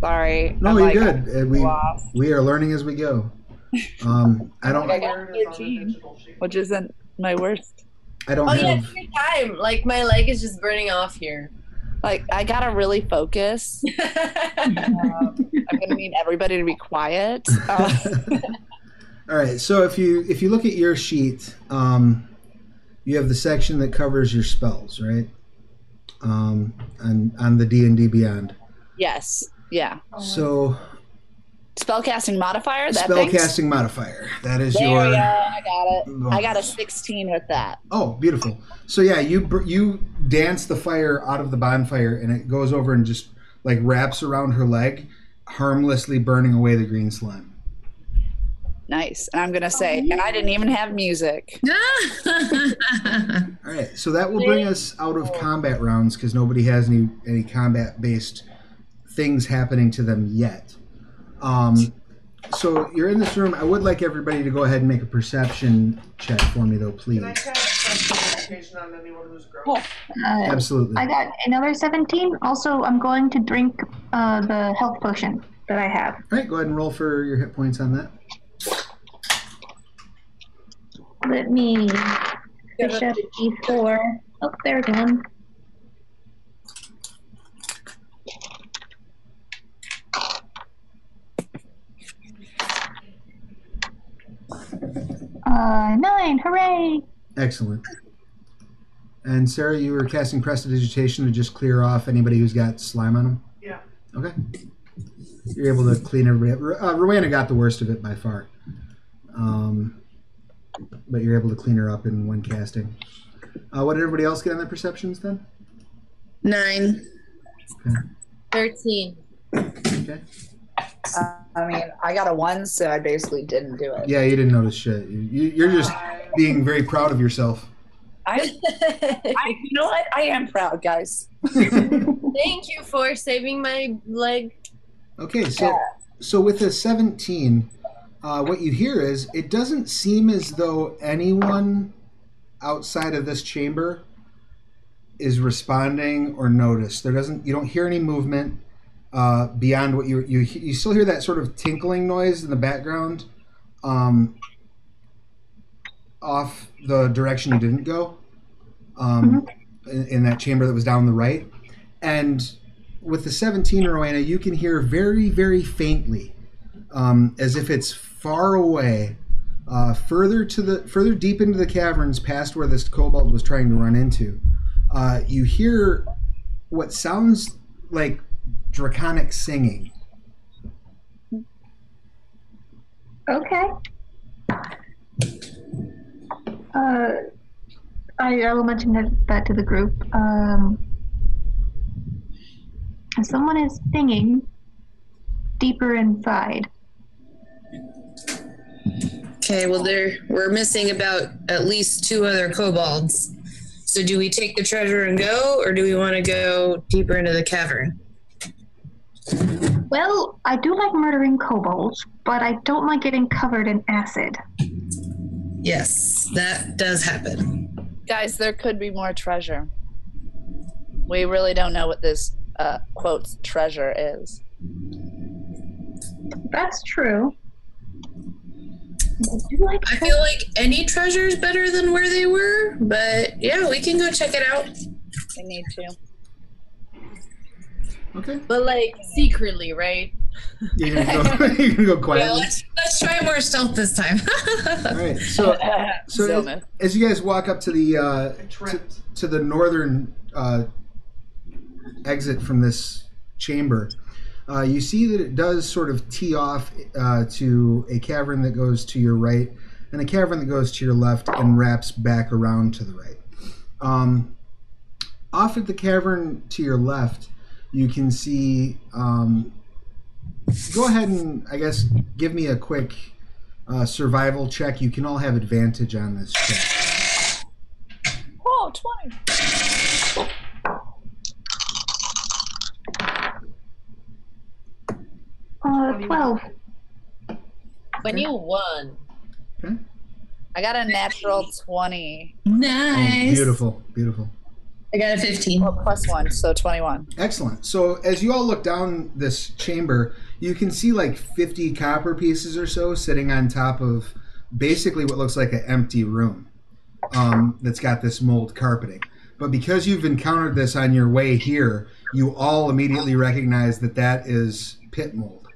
S5: sorry.
S1: No,
S5: I'm
S1: you're
S5: like,
S1: good. Uh, We
S5: lost,
S1: we are learning as we go. Um, I don't
S5: I got
S6: Word is on the
S5: 13.
S6: digital sheet.
S5: Which isn't my worst.
S1: I don't
S2: Oh yeah,
S1: have
S2: it's your time. Like my leg is just burning off here.
S5: Like I gotta really focus. Um, I'm gonna need everybody to be quiet. Uh,
S1: All right. So if you if you look at your sheet, um, you have the section that covers your spells, right? Um, on on the D and D Beyond.
S5: yes. Yeah.
S6: Um,
S1: So
S5: Spellcasting modifier. Oh. That thing.
S1: spellcasting modifier. That is
S5: There
S1: your. Oh.
S5: we go. I got it. I got a
S1: bonus.
S5: 16 with that.
S1: Oh, beautiful. So yeah, you br- you dance the fire out of the bonfire, and it goes over and just like wraps around her leg, harmlessly burning away the green slime.
S5: Nice. And I'm
S1: Oh,
S5: gonna say, and I didn't even have music.
S1: All right, so that will bring us out of combat rounds because nobody has any any combat based things happening to them yet. Um, so you're in this room. I would like everybody to go ahead and make a perception check for me, though, please.
S6: Can I cast education on anyone who's grown?
S5: Oh.
S3: Uh,
S1: Absolutely.
S3: I got another 17. Also, I'm going to drink uh, the health potion that I have.
S1: All right, go ahead and roll for your hit points on that.
S3: Let me fish up a d4. Oh, there's one. Uh, nine, hooray!
S1: Excellent. And Sarah, you were casting prestidigitation to just clear off anybody who's got slime on them.
S6: Yeah.
S1: Okay. You're able to clean everybody up. Ro- Uh, Rowena got the worst of it by far, um, but you're able to clean her up in one casting. Uh, what did everybody else get on their perceptions then?
S4: Nine.
S2: 13.
S1: Okay.
S5: Uh, I mean, I got a one, so I basically didn't do it.
S1: Yeah, you didn't notice shit. You, you- you're just
S6: I,
S1: being very proud of yourself.
S5: I, I, you know what? I am proud, guys.
S2: Thank you for saving my leg.
S1: Okay, so so with a 17, uh, what you hear is it doesn't seem as though anyone outside of this chamber is responding or noticed. There doesn't you don't hear any movement uh, beyond what you you you still hear that sort of tinkling noise in the background, um, off the direction you didn't go, um, in, in that chamber that was down the right, and with the 17 Rowena, you can hear very, very faintly, um, as if it's far away, uh, further to the further deep into the caverns, past where this kobold was trying to run into. Uh, you hear what sounds like draconic singing.
S3: Okay. Uh, I, I will mention that, that to the group. Um, someone is singing deeper inside.
S4: Okay, well there we're missing about at least two other kobolds. So do we take the treasure and go, or do we want to go deeper into the cavern?
S3: Well, I do like murdering kobolds, but I don't like getting covered in acid.
S4: Yes, that does happen.
S5: Guys, there could be more treasure. We really don't know what this uh, quotes treasure is.
S3: That's true. I do like
S4: I feel like any treasure is better than where they were, but yeah, we can go check it out.
S5: We need to.
S1: Okay.
S2: But like secretly, right?
S1: You're gonna go, you're gonna go
S4: Well,
S1: quietly.
S4: let's let's try more stealth this time.
S1: All right. So, so as,
S5: Zilman.
S1: as you guys walk up to the uh,
S6: I tripped.
S1: to the northern uh, exit from this chamber, uh, you see that it does sort of tee off uh, to a cavern that goes to your right and a cavern that goes to your left and wraps back around to the right. Um, off at the cavern to your left, you can see. Um, go ahead and, I guess, give me a quick uh, survival check. You can all have advantage on this check.
S5: Oh, 20.
S3: uh, 12.
S2: 21.
S5: I got a natural 20.
S4: nice.
S1: Oh, beautiful, beautiful.
S4: I got a fifteen.
S5: Well, plus one, so 21.
S1: Excellent. So as you all look down this chamber, you can see like 50 copper pieces or so sitting on top of basically what looks like an empty room um, that's got this mold carpeting. But because you've encountered this on your way here, you all immediately recognize that that is pit mold.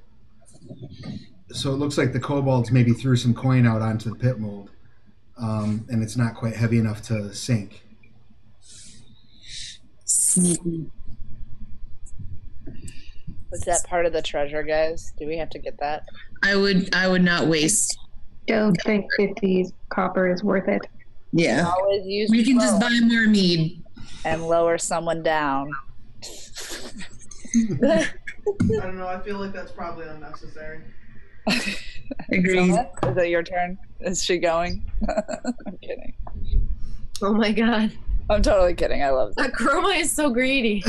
S1: So it looks like the kobolds maybe threw some coin out onto the pit mold, um, and it's not quite heavy enough to sink.
S4: Sneaky.
S5: Was that part of the treasure, guys? Do we have to get that?
S4: I would I would not waste.
S3: Don't think 50 copper is worth it.
S4: Yeah.
S5: Always use
S4: We can just
S5: low
S4: buy more mead.
S5: and lower someone down.
S6: I don't know. I feel like that's probably unnecessary.
S4: Agreed.
S5: Zilma, Is it your turn? Is she going? I'm kidding.
S2: Oh my god.
S5: I'm totally kidding. I love
S2: That Chroma is so greedy.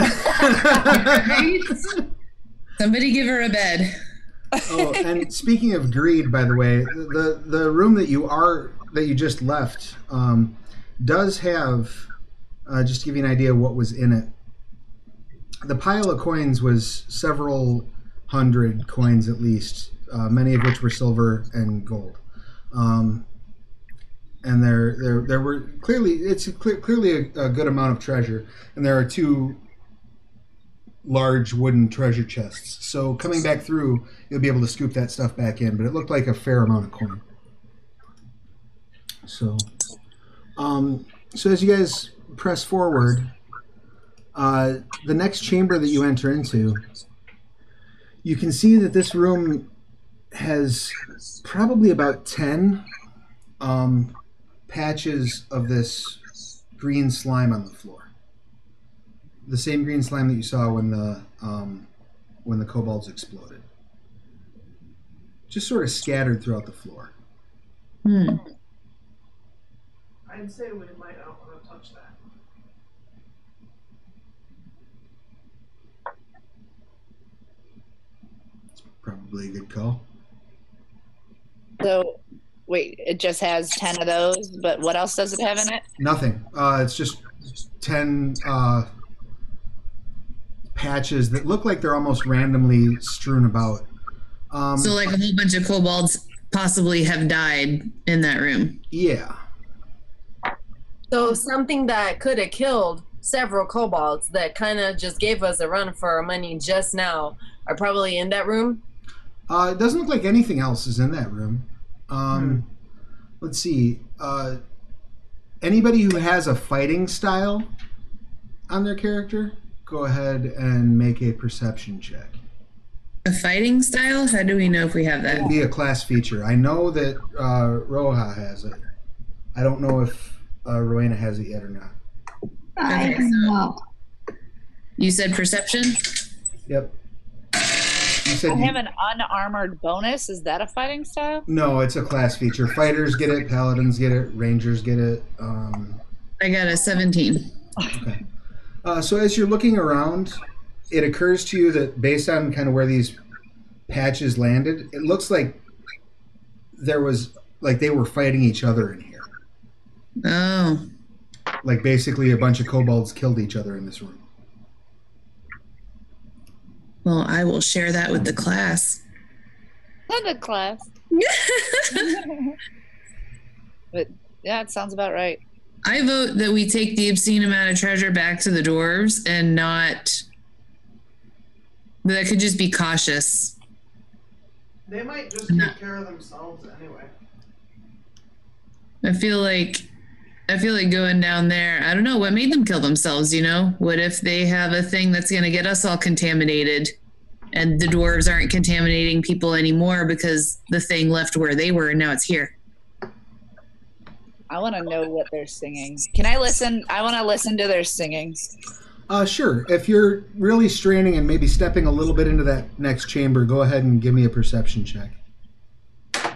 S4: Somebody give her a bed.
S1: Oh, and speaking of greed, by the way, the the room that you are that you just left um, does have. Uh, just to give you an idea of what was in it, the pile of coins was several hundred coins at least, uh, many of which were silver and gold. Um, and there, there, there were clearly it's a cle- clearly a, a good amount of treasure, and there are two large wooden treasure chests. So coming back through, you'll be able to scoop that stuff back in. But it looked like a fair amount of coin. So, um, so as you guys press forward, uh, the next chamber that you enter into, you can see that this room has probably about ten um, patches of this green slime on the floor. The same green slime that you saw when the um, when the kobolds exploded. Just sort of scattered throughout the floor.
S4: Hmm.
S6: I'd say we might not want to touch that.
S1: Probably a good call.
S5: So, wait, it just has 10 of those, but what else does it have in it?
S1: Nothing. Uh, it's just ten uh, patches that look like they're almost randomly strewn about. Um,
S4: So like a whole bunch of kobolds possibly have died in that room.
S1: yeah.
S2: So something that could have killed several kobolds that kind of just gave us a run for our money just now are probably in that room.
S1: Uh, it doesn't look like anything else is in that room. Um, Let's see. Uh, anybody who has a fighting style on their character, go ahead and make a perception check.
S4: A fighting style? How do we know if we have
S1: It'd
S4: that?
S1: be a class feature. I know that uh, Roja has it. I don't know if uh, Rowena has it yet or not.
S3: I
S4: Okay,
S3: don't
S4: so-
S3: know.
S4: You said perception?
S1: Yep. You said
S5: I
S1: you-
S5: have an unarmored bonus. Is that a fighting style?
S1: no. It's a class feature. Fighters get it. Paladins get it. Rangers get it. Um,
S4: I got a 17.
S1: Okay. Uh, so as you're looking around, it occurs to you that based on kind of where these patches landed, it looks like there was like they were fighting each other in here.
S4: Oh.
S1: Like basically a bunch of kobolds killed each other in this room.
S4: Well, I will share that with the class.
S5: Not a class. But yeah, it sounds about right.
S4: I vote that we take the obscene amount of treasure back to the dwarves and not. That could just be cautious.
S6: They might just take care of themselves anyway.
S4: I feel like. I feel like going down there. I don't know what made them kill themselves, you know? What if they have a thing that's going to get us all contaminated and the dwarves aren't contaminating people anymore because the thing left where they were and now it's here?
S5: I want to know what they're singing. Can I listen? I want to listen to their singing.
S1: Uh, sure. If you're really straining and maybe stepping a little bit into that next chamber, go ahead and give me a perception check.
S5: All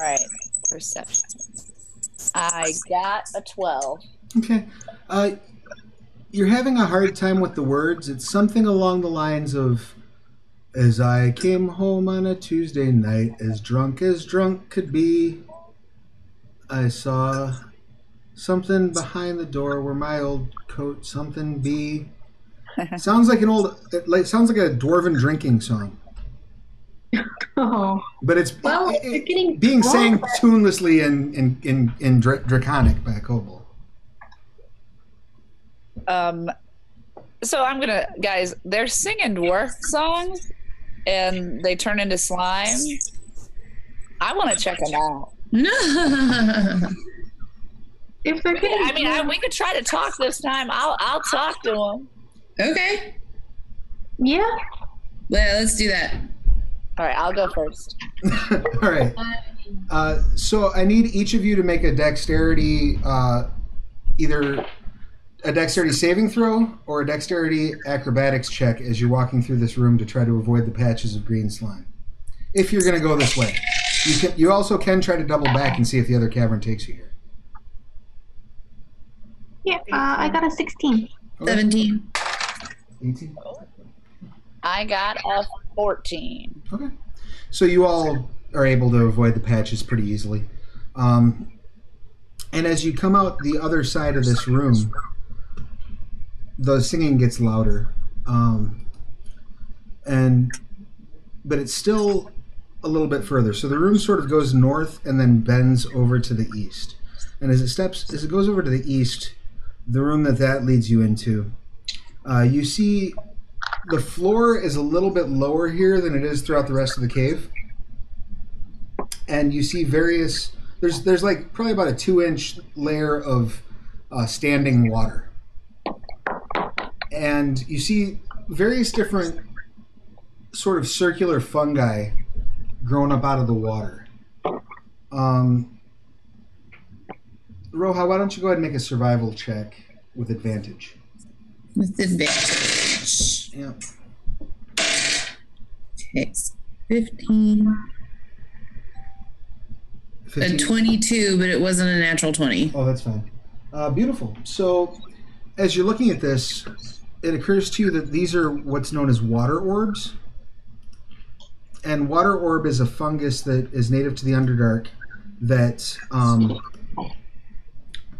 S5: right, perception. I got a 12.
S1: Okay. Uh, you're having a hard time with the words. It's something along the lines of As I came home on a Tuesday night, as drunk as drunk could be, I saw something behind the door where my old coat something be. sounds like an old, it like, sounds like a dwarven drinking song.
S3: Oh,
S1: But it's
S2: Well,
S1: it-
S2: you're
S1: it-
S2: getting
S1: being
S2: wrong
S1: sang tunelessly and in, in, in, dra- draconic by a kobold.
S5: Um, so I'm gonna, guys. They're singing dwarf songs, and they turn into slime. I want to check them out.
S4: No.
S3: if they're getting,
S5: I mean, I, we could try to talk this time. I'll, I'll talk to them.
S4: okay.
S3: yeah,
S4: Well, let's do that.
S5: All right, I'll go first.
S1: All right. Uh, so I need each of you to make a dexterity, uh, either a dexterity saving throw or a dexterity acrobatics check as you're walking through this room to try to avoid the patches of green slime. If you're going to go this way, you can. You also can try to double back and see if the other cavern takes you here.
S3: yeah. Uh, I got a sixteen.
S4: 17.
S1: 18.
S5: I got a 14.
S1: Okay. So you all are able to avoid the patches pretty easily. Um, and as you come out the other side of this room, the singing gets louder. Um, and but it's still a little bit further. So the room sort of goes north and then bends over to the east. And as it steps, as it goes over to the east, the room that that leads you into, uh, you see the floor is a little bit lower here than it is throughout the rest of the cave. And you see various there's there's like probably about a two inch layer of uh, standing water, and you see various different sort of circular fungi growing up out of the water. Um, Roha, why don't you go ahead and make a survival check with advantage?
S4: With advantage.
S1: Yeah.
S4: Takes 15. A 22, but it wasn't a natural 20.
S1: Oh, that's fine. Uh, beautiful. So, as you're looking at this, it occurs to you that these are what's known as water orbs. And water orb is a fungus that is native to the Underdark that um,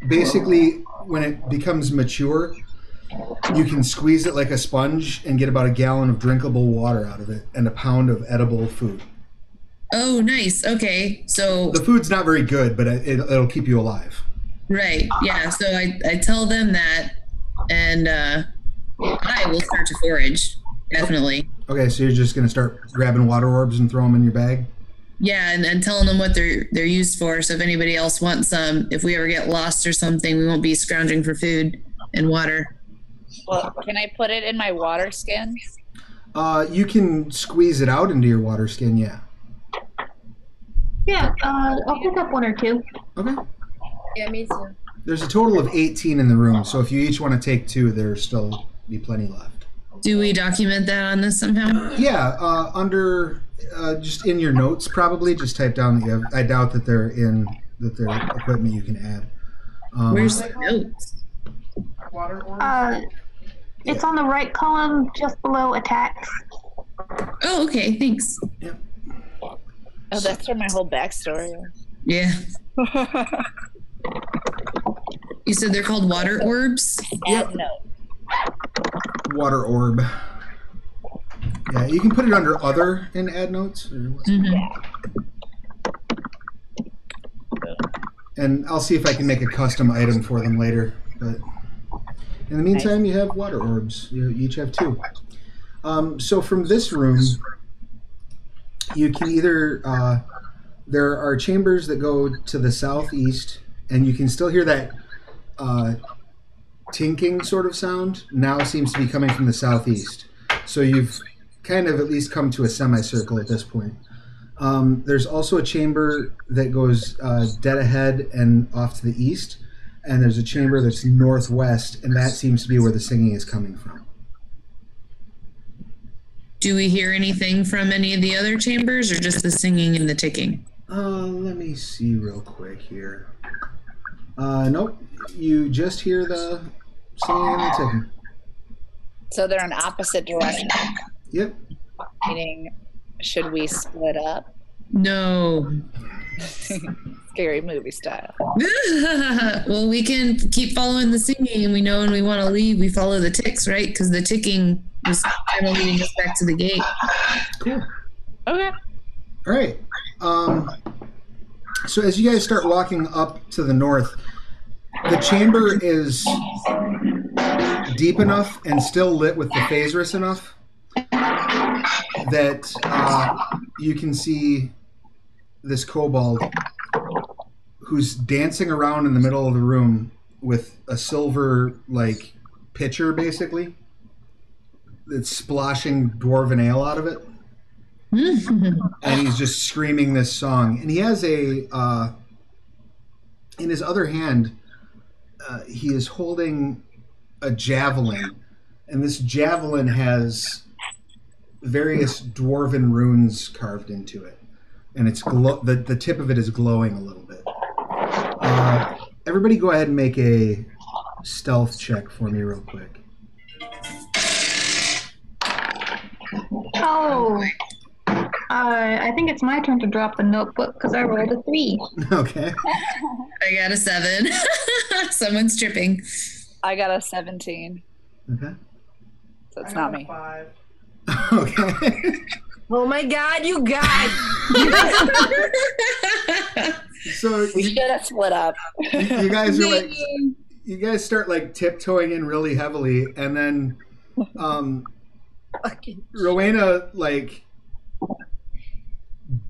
S1: basically, when it becomes mature, you can squeeze it like a sponge and get about a gallon of drinkable water out of it and a pound of edible food.
S4: Oh, nice. Okay. So,
S1: The food's not very good, but it, it'll keep you alive.
S4: right. Yeah. So I, I tell them that, and uh, I will start to forage. Definitely.
S1: Okay, so you're just gonna start grabbing water orbs and throw them in your bag.
S4: Yeah, and, and telling them what they're they're used for. So if anybody else wants some, if we ever get lost or something, we won't be scrounging for food and water.
S5: Well, can I put it in my water skin?
S1: Uh, you can squeeze it out into your water skin, yeah.
S3: Yeah, uh, I'll pick up one or two.
S1: Okay.
S2: Yeah, me too.
S1: There's a total of 18 in the room, so if you each want to take two, there'll still be plenty left.
S4: Do we document that on this somehow?
S1: Yeah, uh, under uh, just in your notes probably just type down that you have. I doubt that they're in that they're equipment you can add. Um,
S4: Where's the notes?
S6: Water orbs.
S3: Uh, it's on the right column, just below attacks.
S4: Oh, okay. Thanks.
S5: Oh, that's where my whole backstory is.
S4: Yeah. You said they're called water orbs.
S5: Add note.
S1: water orb? Yeah, you can put it under other and add notes. Or what?
S4: Mhm.
S1: and I'll see if I can make a custom item for them later. But in the meantime, you have water orbs. You each have two. Um, so from this room, you can either uh, there are chambers that go to the southeast, and you can still hear that uh, tinking sort of sound. Now seems to be coming from the southeast. So you've kind of at least come to a semicircle at this point. Um, there's also a chamber that goes uh, dead ahead and off to the east, and there's a chamber that's northwest, and that seems to be where the singing is coming from.
S4: Do we hear anything from any of the other chambers, or just the singing and the ticking?
S1: Uh, let me see real quick here. Uh, nope, you just hear the singing and the ticking.
S5: So they're in opposite directions,
S1: Yep.
S5: meaning should we split up?
S4: No.
S5: Scary movie style.
S4: well, we can keep following the singing, and we know when we want to leave, we follow the ticks, right? Because the ticking was kind of leading us back to the gate.
S1: Cool.
S5: Okay.
S1: All right. Um, so as you guys start walking up to the north, the chamber is deep enough and still lit with the phaserus enough that uh, you can see this kobold who's dancing around in the middle of the room with a silver like pitcher basically that's splashing dwarven ale out of it and he's just screaming this song. And he has a uh, in his other hand, uh, he is holding a javelin, and this javelin has various dwarven runes carved into it, and it's glow. The, the tip of it is glowing a little bit. Uh, everybody, go ahead and make a stealth check for me, real quick.
S3: Oh, uh, I think it's my turn to drop the notebook because I rolled a three.
S1: Okay.
S4: I got a seven. Someone's tripping.
S7: I got a 17.
S1: Okay.
S7: So it's
S6: I
S7: not
S6: got a
S5: Uh-huh.
S7: me.
S6: Five.
S1: Okay.
S2: Oh my God, you guys!
S1: so
S5: We
S1: you,
S5: should have split up.
S1: you guys are like you guys start like tiptoeing in really heavily and then um
S2: Fucking-
S1: Rowena like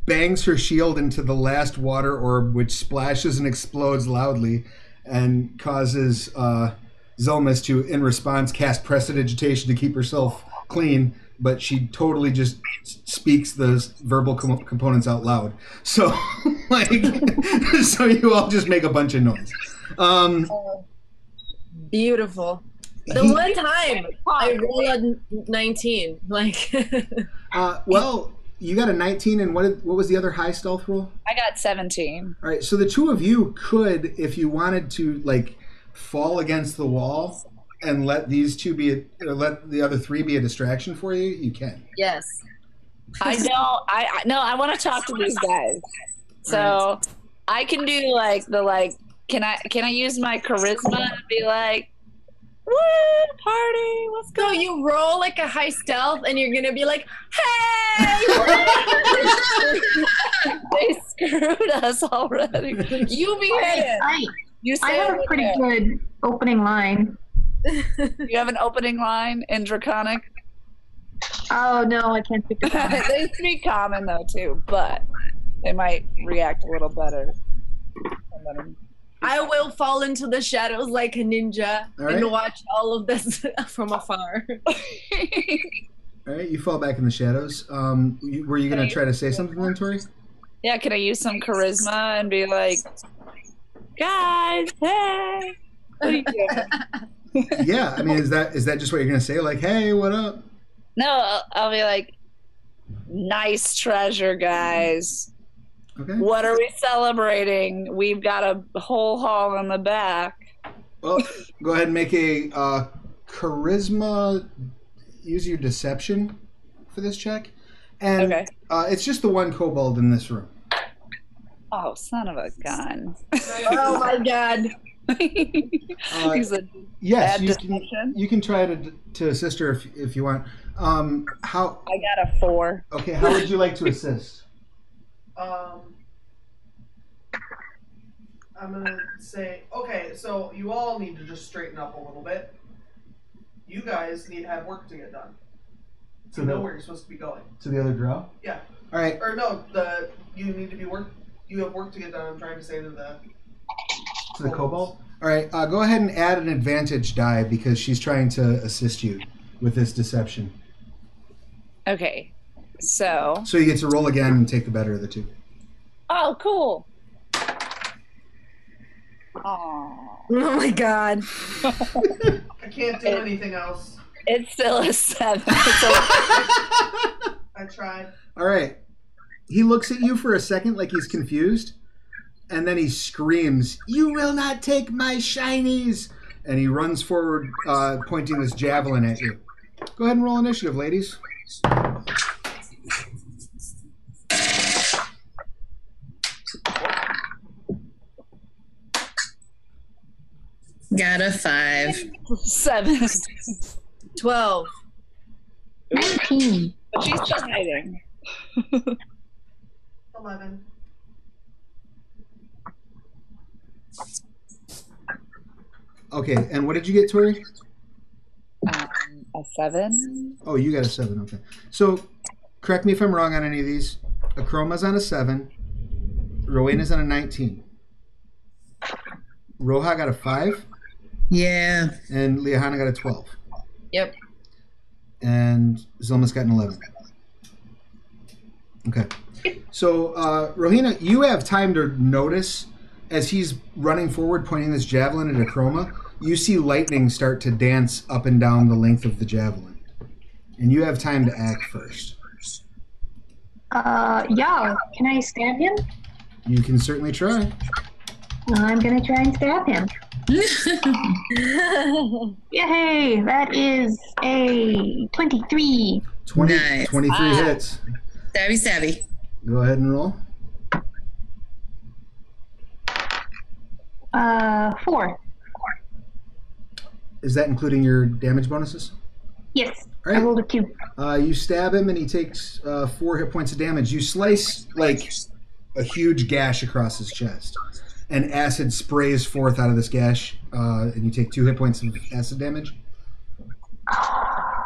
S1: bangs her shield into the last water orb, which splashes and explodes loudly, and causes uh, Zelmis to, in response, cast prestidigitation to keep herself clean. But she totally just s- speaks those verbal com- components out loud. So, like, so you all just make a bunch of noise. Um,
S2: Beautiful. The
S1: he-
S2: one time I rolled a 19, like
S1: uh, well, you got a 19, and what did, what was the other high stealth roll?
S7: I got 17.
S1: All right, so the two of you could, if you wanted to, like fall against the wall and let these two be, a, or let the other three be a distraction for you. You can.
S2: yes.
S5: I don't. I, I no. I want to talk to these guys. So I can do like the like. Can I can I use my charisma and be like, what party? What's
S2: So you roll like a high stealth, and you're gonna be like, "Hey,
S5: they screwed us already?
S2: you be
S5: Hey,
S3: I,
S5: You
S3: I
S5: say
S3: have a
S5: over
S3: pretty
S5: there.
S3: good opening line.
S5: you have an opening line in draconic.
S3: Oh no, I can't think of that.
S5: they speak common though too, but they might react a little better.
S2: I will fall into the shadows like a ninja
S1: All
S2: and
S1: right.
S2: watch all of this from afar."
S1: All right, you fall back in the shadows. Um, you, were you gonna try to say something, then, Tori?
S5: Yeah, can I use some charisma and be like, guys, hey, what are you doing?
S1: Yeah, I mean, is that is that just what you're gonna say? Like, hey, what up?
S5: No, I'll, I'll be like, nice treasure, guys.
S1: Okay.
S5: What are we celebrating? We've got a whole haul in the back.
S1: Well, go ahead and make a uh, charisma. Use your deception for this check, and
S5: Okay.
S1: uh, it's just the one kobold in this room.
S5: Oh, son of a gun.
S2: oh my god!
S1: Uh,
S5: He's a
S1: yes,
S5: bad
S1: you can,
S5: deception.
S1: You can try to to assist her if, if you want. Um, how?
S5: I got a four.
S1: Okay, how would you like to assist?
S6: Um, I'm gonna say, okay, so you all need to just straighten up a little bit. You guys need to have work to get done.
S1: To
S6: you know
S1: the
S6: where you're supposed to be going.
S1: to the other drow.
S6: Yeah.
S1: All right.
S6: Or no, the you need to be work. You have work to get done. I'm trying to say to the.
S1: To the kobold. All right. Uh, go ahead and add an advantage die because she's trying to assist you with this deception.
S5: Okay. So,
S1: So you get to roll again and take the better of the two.
S5: oh, cool. Aww.
S2: Oh my god!
S6: I can't do
S5: It-
S6: anything else.
S5: It's still a seven. It's a-
S6: I tried.
S1: All right. He looks at you for a second like he's confused, and then he screams, "You will not take my shinies!" And he runs forward, uh, pointing this javelin at you. Go ahead and roll initiative, ladies.
S4: Got a five.
S5: seven.
S2: Twelve.
S3: Nineteen.
S5: But she's hiding.
S6: Eleven.
S1: Okay, and what did you get, Tori?
S5: Um, a seven?
S1: Oh, you got a seven. Okay. So, correct me if I'm wrong on any of these. Akroma's on a seven. Rowena's on a 19. Roha got a five,
S4: Yeah.
S1: and Liahana got a 12.
S2: Yep.
S1: and Zilma's got an 11. Okay. So, uh, Rohina, you have time to notice as he's running forward, pointing this javelin at Akroma, you see lightning start to dance up and down the length of the javelin. And you have time to act first.
S3: Uh, yeah. Can I stab him?
S1: You can certainly try.
S3: I'm gonna try and stab him. Yay! That is a 23.
S1: 20,
S4: Nice.
S1: 23
S7: Wow.
S1: hits.
S4: savvy, savvy.
S1: Go ahead and roll.
S3: Uh, 4.
S1: Is that including your damage bonuses?
S3: Yes,
S1: All
S3: I
S1: right.
S3: rolled a 2.
S1: Uh, you stab him, and he takes uh, four hit points of damage. You slice like a huge gash across his chest, and acid sprays forth out of this gash, uh, and you take two hit points of acid damage.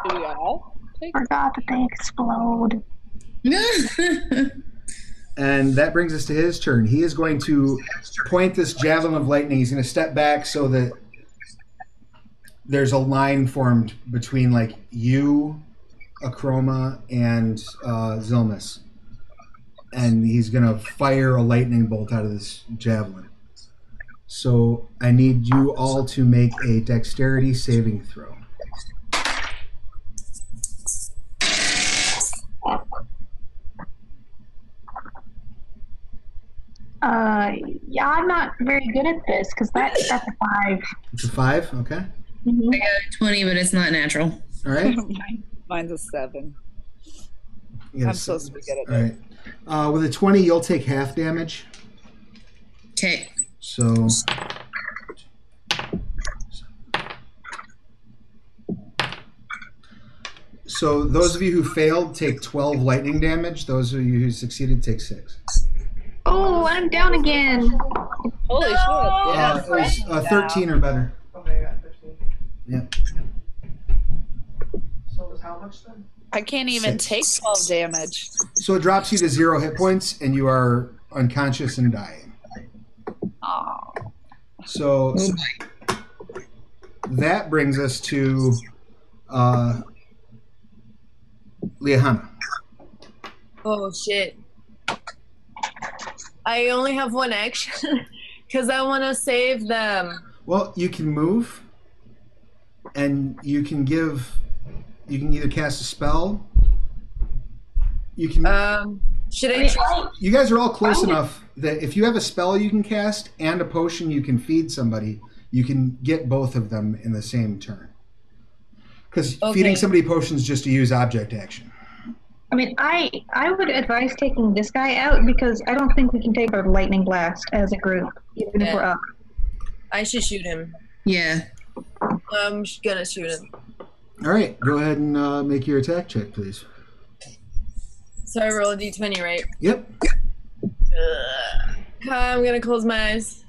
S7: Do we all?
S3: Forgot that they explode.
S1: And that brings us to his turn. He is going to point this javelin of lightning. He's going to step back so that there's a line formed between like you, Akroma, and uh, Zilmus. And he's going to fire a lightning bolt out of this javelin. So I need you all to make a dexterity saving throw.
S3: Uh, yeah, I'm not very good at this because that, that's a 5.
S1: It's a five, okay?
S3: Mhm.
S4: I got a 20, but it's not natural.
S1: All right.
S7: Mine's a seven.
S1: You gotta
S7: I'm supposed to be good at
S1: All right. Uh, with a 20, you'll take half damage.
S4: Okay.
S1: So. So those of you who failed take 12 lightning damage. Those of you who succeeded take 6.
S3: Oh, I'm down again.
S7: Holy shit.
S1: Uh, it was uh, 13 or better.
S6: Okay, I got 15.
S1: Yeah.
S6: So it was how much then?
S7: I can't even take 12 damage.
S1: So it drops you to 0 hit points and you are unconscious and dying.
S7: Oh,
S1: So
S4: Oh
S1: that brings us to uh, Liahana.
S2: Oh shit. I only have one action because I want to save them.
S1: Well, you can move, and you can give. You can either cast a spell. You can.
S2: Um, should I try?
S1: you guys are all close enough that if you have a spell you can cast and a potion you can feed somebody, you can get both of them in the same turn. Because
S2: Okay.
S1: feeding somebody potions just to use object action.
S3: I mean, I I would advise taking this guy out because I don't think we can take our lightning blast as a group, even if
S2: Yeah.
S3: we're up.
S2: I should shoot him.
S4: Yeah.
S2: I'm sh- gonna shoot him.
S1: All right, go ahead and uh, make your attack check, please.
S2: So I roll a d20, right?
S1: Yep.
S2: Ugh. Ah, I'm gonna close my eyes.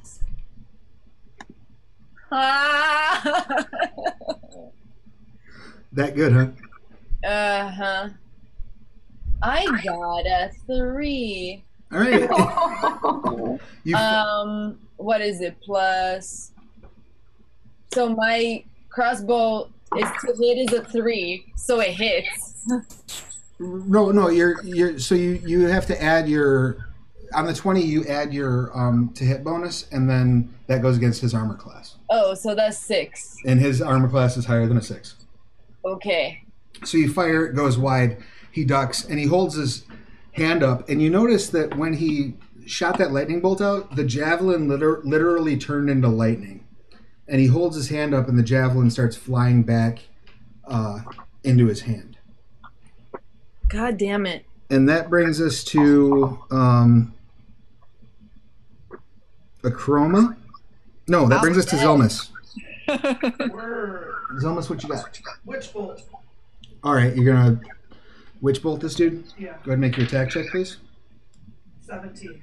S2: Ah!
S1: That good, huh?
S2: uh huh. I got a three.
S1: All right. you
S2: Um, what is it? Plus. So my crossbow is to hit is a three, so it hits.
S1: No, no, you're you're so you you have to add your on the twenty you add your um to hit bonus and then that goes against his armor class.
S2: Oh, so that's six.
S1: And his armor class is higher than a six.
S2: Okay.
S1: So you fire, it goes wide, he ducks, and he holds his hand up, and you notice that when he shot that lightning bolt out, the javelin liter- literally turned into lightning. And he holds his hand up, and the javelin starts flying back uh, into his hand.
S2: God damn it.
S1: and that brings us to um, Acroma. No, that brings us to Zelmus.
S6: Word.
S1: Zelmus, what you got?
S6: Witch bolt.
S1: All right, you're gonna witch bolt this dude.
S6: Yeah,
S1: Go ahead and make your attack check, please.
S6: 17.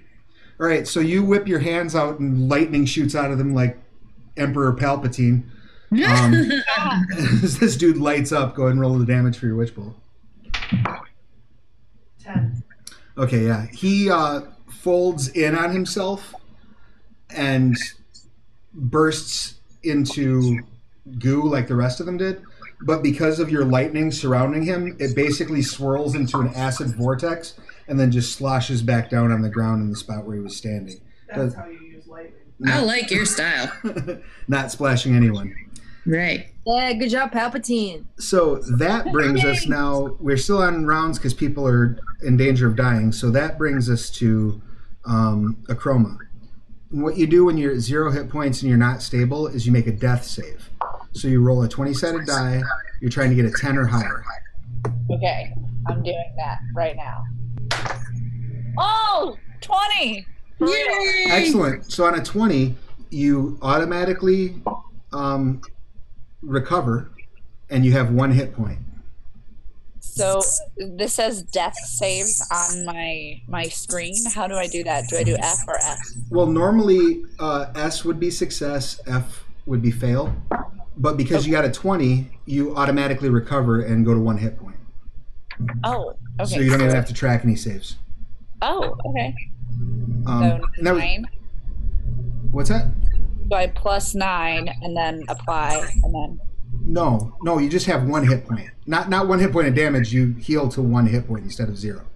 S1: All right, so you whip your hands out and lightning shoots out of them like Emperor Palpatine. Um, as this dude lights up, go ahead and roll the damage for your witch bolt.
S6: 10.
S1: Okay, yeah. He uh, folds in on himself and bursts into goo like the rest of them did. But because of your lightning surrounding him, it basically swirls into an acid vortex and then just sloshes back down on the ground in the spot where he was standing.
S6: That's how you use lightning.
S4: I like your style.
S1: Not splashing anyone.
S4: Right.
S2: Yeah, good job, Palpatine.
S1: So that brings us now. We're still on rounds because people are in danger of dying. So that brings us to um, Acroma. And what you do when you're at zero hit points and you're not stable is you make a death save. So you roll a 20 sided die. You're trying to get a 10 or higher.
S7: Okay, I'm doing that right now. Oh, 20! For real.
S1: Excellent. So on a 20, you automatically um, recover and you have one hit point.
S7: So this says death saves on my my screen. How do I do that? Do I do F or F?
S1: Well, normally uh, S would be success, F would be fail. But because you got a 20, you automatically recover and go to one hit point.
S7: Oh,
S1: So
S7: okay.
S1: you don't even have to track any saves.
S7: oh, okay.
S1: Um,
S7: so
S1: and that was-
S7: nine.
S1: what's that?
S7: So I plus nine and then apply and then.
S1: No, no, you just have one hit point. Not not one hit point of damage. You heal to one hit point instead of zero.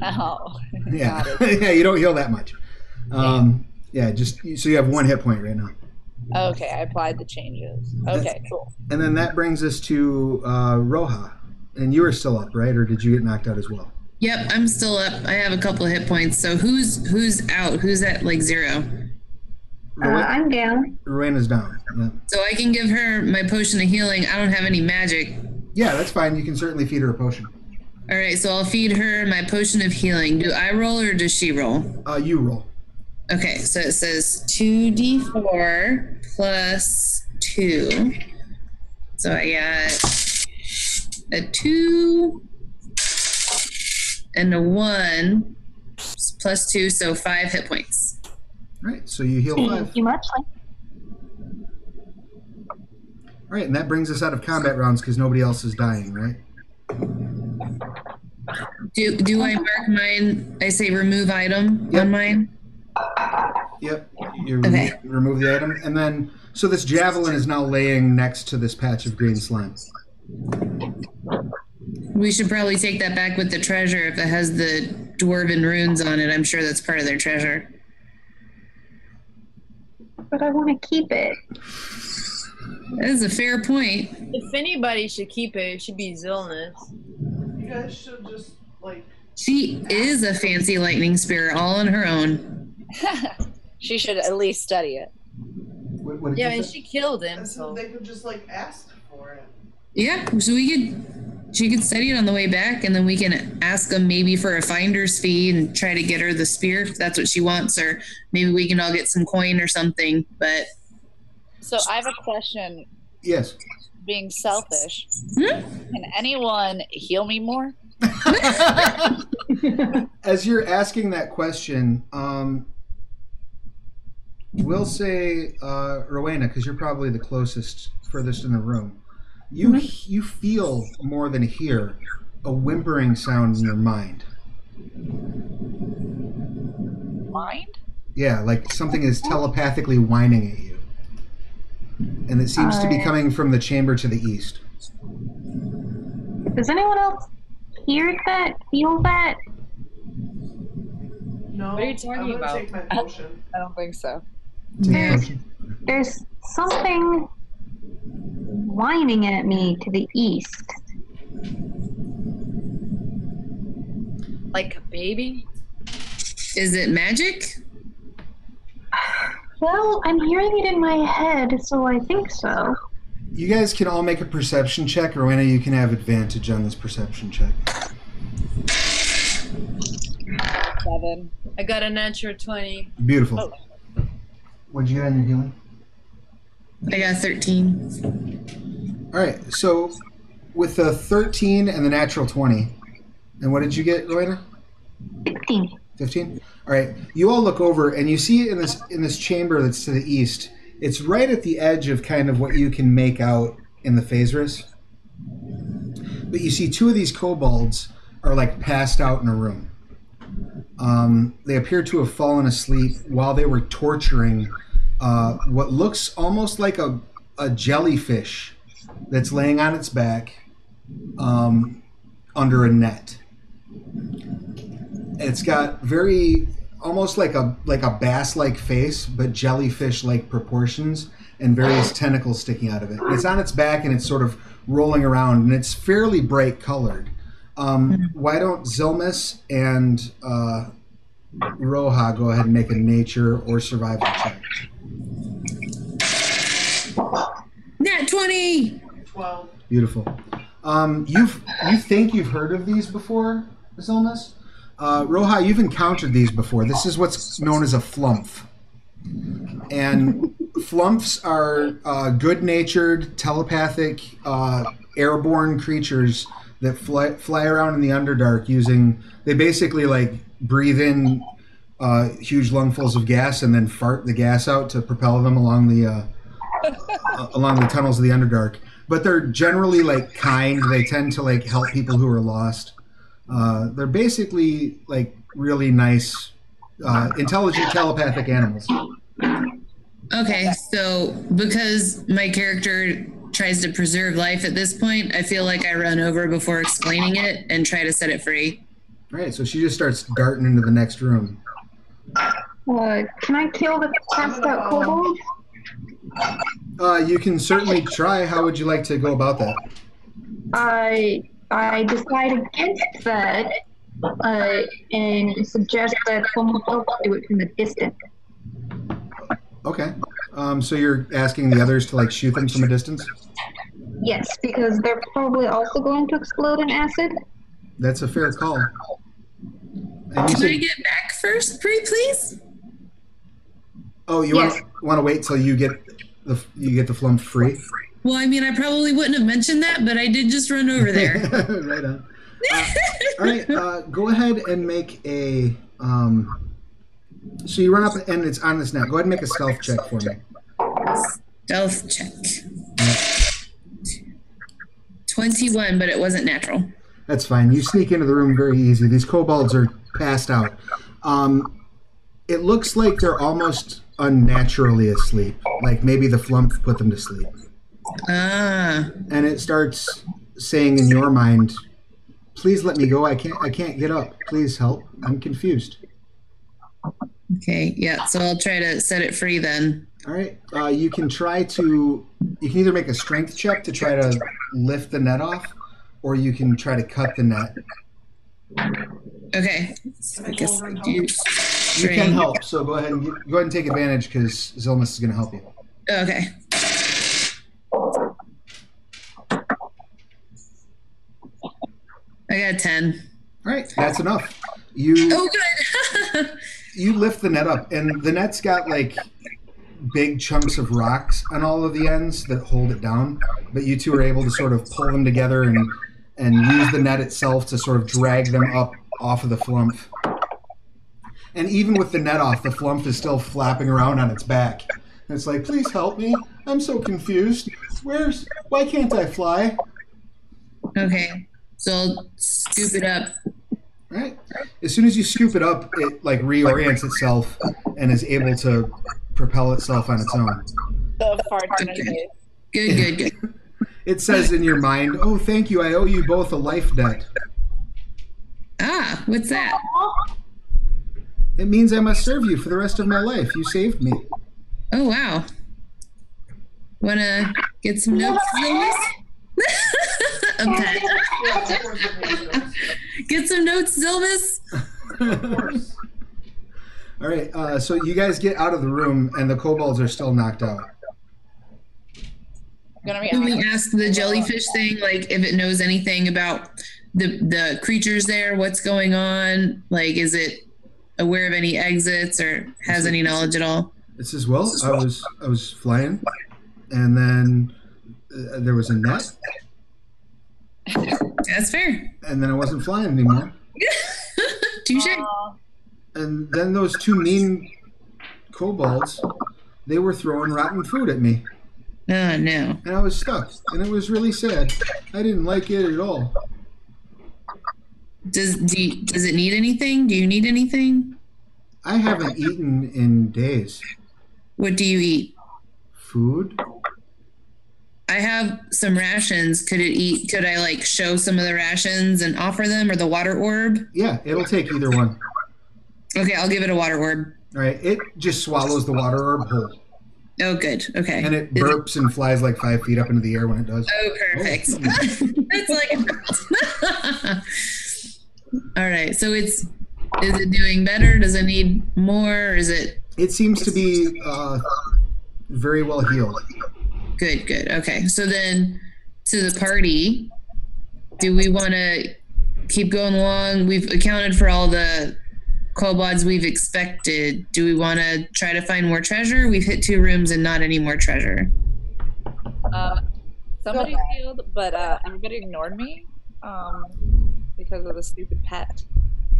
S7: Oh,
S1: Yeah, yeah, you don't heal that much. Um, yeah, just so you have one hit point right now.
S7: okay. I applied the changes. Okay, cool.
S1: And then that brings us to uh, Roja, and you were still up, right? Or did you get knocked out as well?
S4: Yep, I'm still up. I have a couple of hit points. So who's who's out? Who's at like zero?
S3: Uh, I'm down.
S1: Rowena's down. Yeah.
S4: So I can give her my potion of healing. I don't have any magic.
S1: yeah, that's fine. You can certainly feed her a potion.
S4: All right, so I'll feed her my potion of healing. Do I roll or does she roll?
S1: Uh, you roll.
S4: Okay, so it says 2d4 plus 2. So I got a 2 and a 1 plus 2, so 5 hit points.
S1: All right, so you heal five.
S3: Thank you much.
S1: All right, and that brings us out of combat rounds because nobody else is dying, right?
S4: Do, do I mark mine? I say remove item
S1: Yep.
S4: on mine?
S1: Yep. You
S4: Okay.
S1: remo- remove the item, and then so this javelin is now laying next to this patch of green slime.
S4: We should probably take that back with the treasure if it has the dwarven runes on it. I'm sure that's part of their treasure.
S3: But I want to keep it.
S4: That is a fair point.
S2: If anybody should keep it, it should be Zillness.
S6: You guys should just like
S4: She is a fancy lightning spear all on her own.
S7: she should at least study it.
S1: What, what did
S2: Yeah,
S1: you
S2: and
S1: say?
S2: she killed him.
S6: as
S2: So.
S6: soon as they could just like ask for it.
S4: Yeah, so we could she could study it on the way back and then we can ask them maybe for a finder's fee and try to get her the spear if that's what she wants or maybe we can all get some coin or something. But
S7: So I have a question.
S1: yes.
S7: Being selfish,
S4: Hmm?
S7: can anyone heal me more?
S1: As you're asking that question, um, we'll say uh, Rowena, because you're probably the closest, furthest in the room. You you feel more than hear a whimpering sound in your mind.
S7: Mind?
S1: Yeah, like something is telepathically whining at you, and it seems to be
S3: Alright.
S1: coming from the chamber to the east.
S3: Does anyone else hear that? Feel that?
S6: No,
S7: What are you talking
S6: I'm gonna
S7: about?
S6: take my potion.
S7: I don't think so.
S1: Take a
S3: There's-
S1: potion.
S3: There's something whining at me to the east.
S2: Like a baby?
S4: is it magic?
S3: Well, I'm hearing it in my head, so I think so.
S1: You guys can all make a perception check. Rowena, you can have advantage on this perception check.
S7: Seven.
S2: I got a natural 20.
S1: Beautiful.
S7: Oh.
S1: What'd you get on your healing?
S4: I got thirteen.
S1: All right. So with the 13 and the natural 20, and what did you get, Rowena?
S3: 16.
S1: 15. All right. You all look over and you see in this in this chamber that's to the east. It's right at the edge of kind of what you can make out in the phaserus. But you see two of these kobolds are like passed out in a room. Um, they appear to have fallen asleep while they were torturing uh, what looks almost like a, a jellyfish that's laying on its back um, under a net. It's got very almost like a like a bass like face, but jellyfish like proportions and various tentacles sticking out of it. It's on its back and it's sort of rolling around and it's fairly bright colored. Um, why don't Zilmus and uh, Roja go ahead and make a nature or survival check.
S4: Nat 20!
S6: Twelve.
S1: Beautiful. Um, you've you think you've heard of these before, this illness? Uh, Roja, you've encountered these before. This is what's known as a flumph. And flumphs are uh, good-natured, telepathic, uh, airborne creatures that fly, fly around in the underdark using. They basically like breathe in uh, huge lungfuls of gas and then fart the gas out to propel them along the uh, a- along the tunnels of the underdark. But they're generally like kind. They tend to like help people who are lost. Uh, they're basically like really nice, uh, intelligent, telepathic animals.
S4: Okay, so because my character tries to preserve life at this point, I feel like I run over before explaining it and try to set it free.
S1: All right, so she just starts darting into the next room.
S3: What? Can I kill the cast out kobold?
S1: Uh, you can certainly try. How would you like to go about that?
S3: I I decide against that uh, and suggest that someone else do it from a distance.
S1: Okay. Um, so you're asking the others to like shoot them from a distance?
S3: Yes, because they're probably also going to explode in acid.
S1: That's a fair call. And you
S4: Can I
S1: said,
S4: get back first, pre- please?
S1: oh, you want want to wait till you get the you get the flump free?
S4: Well, I mean, I probably wouldn't have mentioned that, but I did just run over there.
S1: right on. Uh, all right, uh, go ahead and make a. Um, so you run up and it's on this now. Go ahead and make a stealth check for me.
S4: Stealth check. 21, but it wasn't natural.
S1: That's fine. You sneak into the room very easy. These kobolds are passed out. Um, it looks like they're almost unnaturally asleep. Like maybe the flump put them to sleep.
S4: Ah,
S1: and it starts saying in your mind, "Please let me go. I can't. I can't get up. Please help. I'm confused."
S4: okay. Yeah, so I'll try to set it free then.
S1: All right. Uh, you can try to. You can either make a strength check to try to lift the net off, or you can try to cut the net.
S4: Okay. So I guess I do.
S1: You can help. So go ahead and get, go ahead and take advantage because Zilmus is going to help you.
S4: Okay. I got a 10.
S1: All right. That's enough. You.
S4: Oh, good.
S1: you lift the net up and the net's got like big chunks of rocks on all of the ends that hold it down but you two are able to sort of pull them together and and use the net itself to sort of drag them up off of the flump and even with the net off the flump is still flapping around on its back and it's like please help me i'm so confused where's why can't i fly
S4: okay. So I'll scoop it up.
S1: Right. As soon as you scoop it up, it like reorients itself and is able to propel itself on its own.
S7: The fart noise.
S4: Good, good, good.
S1: It says in your mind, "Oh, thank you. I owe you both a life debt.
S4: Ah, what's that?
S1: It means I must serve you for the rest of my life. You saved me."
S4: Oh, wow. Wanna get some notes? Zilmus? a pet.
S6: Yeah, of course it makes sense.
S4: Get some notes, Zilmus.
S1: All right. Uh, so you guys get out of the room, and the kobolds are still knocked out.
S7: Gonna be
S4: Can we
S7: honest.
S4: ask the jellyfish thing, like if it knows anything about the the creatures there, what's going on? Like, is it aware of any exits or has any knowledge at all?
S1: It says, "Well, I was I was flying, and then uh, there was a net,
S4: That's fair.
S1: and then I wasn't flying anymore."
S4: Touche.
S1: and then those two mean kobolds they were throwing rotten food at me
S4: Oh no.
S1: and i was stuck and it was really sad i didn't like it at all
S4: Does do you- does it need anything? Do you need anything?
S1: i haven't eaten in days
S4: What do you eat?
S1: food
S4: I have some rations. Could it eat? Could I like show some of the rations and offer them, or the water orb?
S1: yeah it'll take either one
S4: Okay, I'll give it a water orb.
S1: all right it just swallows the water herb whole
S4: Oh, good. Okay.
S1: and it
S4: Is
S1: burps and flies like five feet up into the air when it does
S4: Oh, perfect. That's like All right, so it's Is it doing better? Does it need more? Or is it
S1: It seems to be uh, very well healed.
S4: good? Good. Okay. So then, to the party, do we want to keep going along? We've accounted for all the kobolds we've expected. Do we want to try to find more treasure? We've hit two rooms and not any more treasure.
S7: Uh, somebody healed, but uh, everybody ignored me um, because of the stupid pet.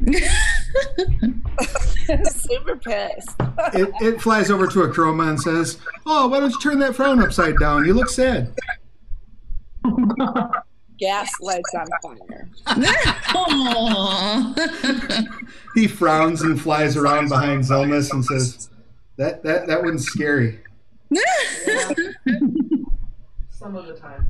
S7: Super pissed.
S1: It, it flies over to a chroma and says, "Oh, why don't you turn that frown upside down? You look sad."
S7: Gas lights on fire.
S4: Aw.
S1: He frowns and flies around behind Zelmus and says, "That that that one's scary."
S6: Some of the time.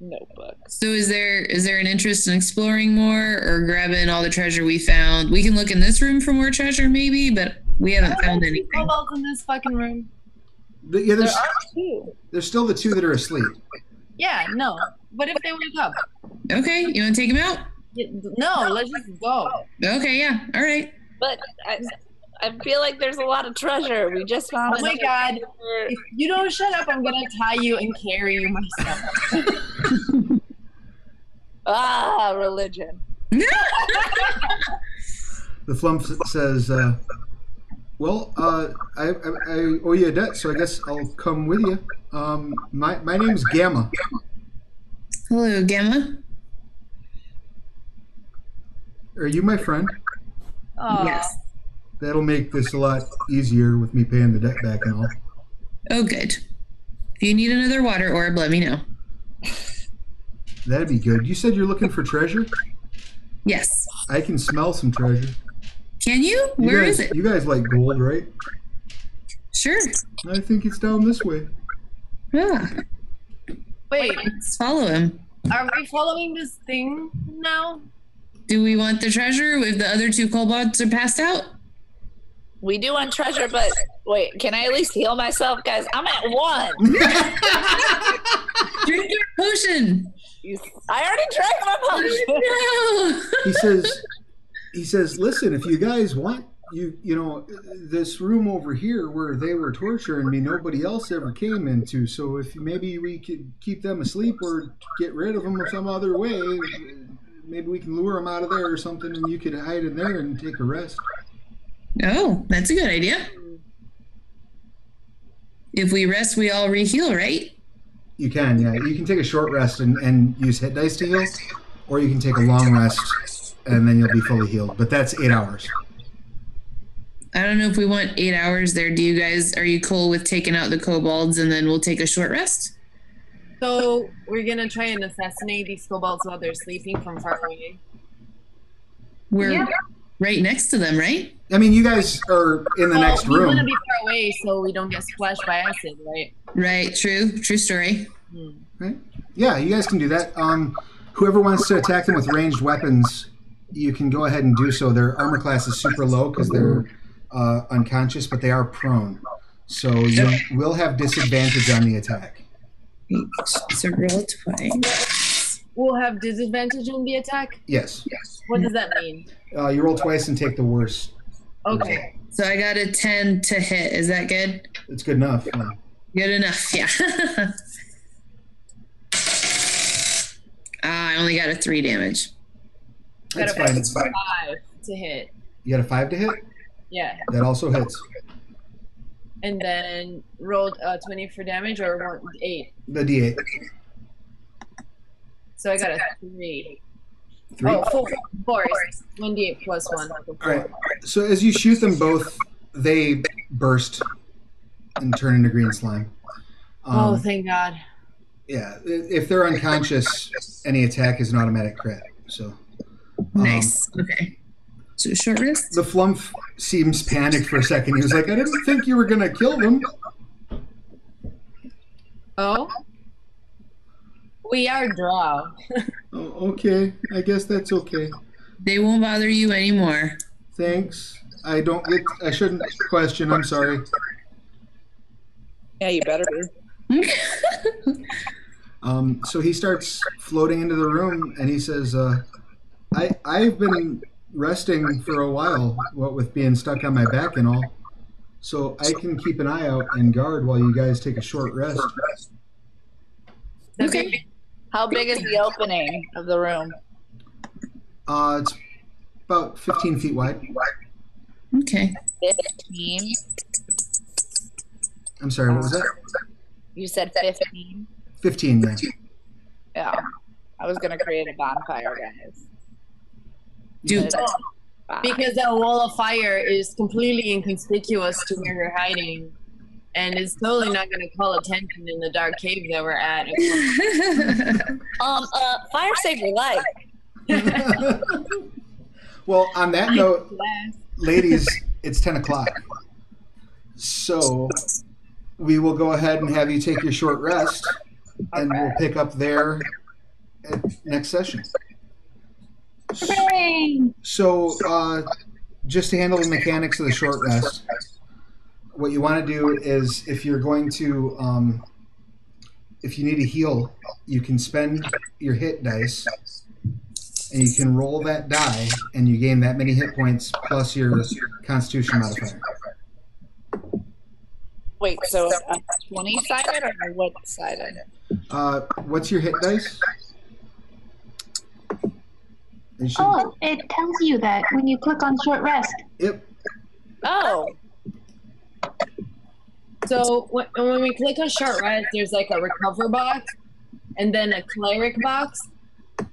S7: Notebook.
S4: So is there is there an interest in exploring more or grabbing all the treasure we found? We can look in this room for more treasure maybe, but we
S2: Oh,
S4: haven't found anything.
S2: Kobolds in this fucking room.
S1: The- yeah,
S7: There
S1: there's
S7: are two.
S1: there's still the two that are asleep.
S2: Yeah, no. What if they wake up?
S4: Okay, you want to take him out?
S2: Y- No, let's just go.
S4: Okay, yeah. All right.
S7: But I, I feel like there's a lot of treasure. We just found.
S2: Oh my
S7: another
S2: god.
S7: treasure.
S2: If you don't shut up, I'm gonna tie you and carry you myself.
S7: Ah, religion.
S1: The flump says, uh, "Well, uh, I, I, I owe you a debt, so I guess I'll come with you. Um, my my name's Gamma.
S4: Hello, Gemma.
S1: Are you my friend?
S2: Aw.
S4: Yes.
S1: That'll make this a lot easier with me paying the debt back and all."
S4: Oh good. If you need another water orb, let me know.
S1: That'd be good. You said you're looking for treasure.
S4: Yes.
S1: I can smell some treasure.
S4: Can you?
S1: You
S4: Where
S1: guys,
S4: is it?
S1: You guys like gold, right?
S4: Sure.
S1: I think it's down this way.
S4: Yeah.
S2: Wait,
S4: Let's follow him.
S2: are we following this thing now?
S4: Do we want the treasure if the other two kobolds are passed out?
S7: We do want treasure, but wait, can I at least heal myself, guys? I'm at one.
S4: Drink your potion.
S7: I already drank my potion.
S4: No.
S1: he says he says listen if you guys want you you know this room over here where they were torturing me nobody else ever came into so if maybe we could keep them asleep or get rid of them some other way maybe we can lure them out of there or something and you could hide in there and take a rest
S4: Oh, that's a good idea. If we rest, we all reheal, right?
S1: you can yeah you can take a short rest and, and use hit dice to heal or you can take a long rest and then you'll be fully healed but that's eight hours
S4: I don't know if we want eight hours there. Do you guys, are you cool with taking out the kobolds and then we'll take a short rest?
S2: So we're gonna try and assassinate these kobolds while they're sleeping from far away.
S4: We're
S3: Yeah.
S4: right next to them, right?
S1: i mean you guys are in the
S2: Well,
S1: next
S2: We
S1: room
S2: Oh, wanna be far away so we don't get splashed by acid, right?
S4: Right, true, true story.
S1: Yeah, you guys can do that. Um, whoever wants to attack them with ranged weapons, you can go ahead and do so. Their armor class is super low because they're uh, unconscious, but they are prone, so you will have disadvantage on the attack.
S4: So roll twice.
S2: We'll have disadvantage on the attack.
S1: Yes,
S2: What does that mean?
S1: uh, you roll twice and take the worst.
S2: Okay.
S4: So I got a 10 to hit. Is that good?
S1: It's good enough. Uh,
S4: Good enough, yeah. Ah, I only got a three damage.
S1: It's fine. It's fine.
S2: Five to hit.
S1: You got a five to hit.
S2: Yeah.
S1: That also hits.
S2: And then rolled uh, 20 for damage or one, eight.
S1: The D8.
S2: So I got a three.
S1: Three.
S2: Oh, four. Four. is 1d8 plus one.
S1: All right. So as you shoot them both, they burst and turn into green slime.
S2: Oh,
S1: Um,
S2: thank God.
S1: Yeah, i- if they're unconscious, any attack is an automatic crit. So um,
S4: Nice. Okay. So short rest?
S1: The flump seems panicked for a second. He was like, "I didn't think you were gonna kill them."
S2: Oh? We are draw.
S1: Oh, okay, I guess that's okay.
S4: They won't bother you anymore.
S1: Thanks. I don't. Get, I shouldn't question. I'm sorry.
S7: Yeah, you better.
S1: Um, so he starts floating into the room and he says, uh, I I've been resting for a while, what with being stuck on my back and all, so I can keep an eye out and guard while you guys take a short rest.
S4: Okay.
S5: How big is the opening of the room?
S1: Uh, it's about 15 feet wide.
S4: Okay.
S5: 15.
S1: I'm sorry, what was that?
S5: You said 15?
S1: 15. Yeah.
S5: Yeah. I was going to create a bonfire, guys.
S4: Do
S5: But that's fine.
S2: because that wall of fire is completely inconspicuous to where you're hiding, and it's totally not going to call attention in the dark cave that we're at.
S5: um, uh, fire saved your life.
S1: well, on that note, ladies, it's 10 o'clock. So we will go ahead and have you take your short rest, and we'll pick up there at next session. So, uh, just to handle the mechanics of the short rest, what you want to do is if you're going to, um, if you need a heal, you can spend your hit dice and you can roll that die and you gain that many hit points plus your constitution modifier.
S5: Wait, so uh, 20 sided or what sided?
S1: Uh, what's your hit dice? You should-
S3: Oh, it tells you that when you click on short rest.
S1: Yep.
S5: Oh,
S2: So when, when we click on short rest, there's like a recover box, and then a cleric box.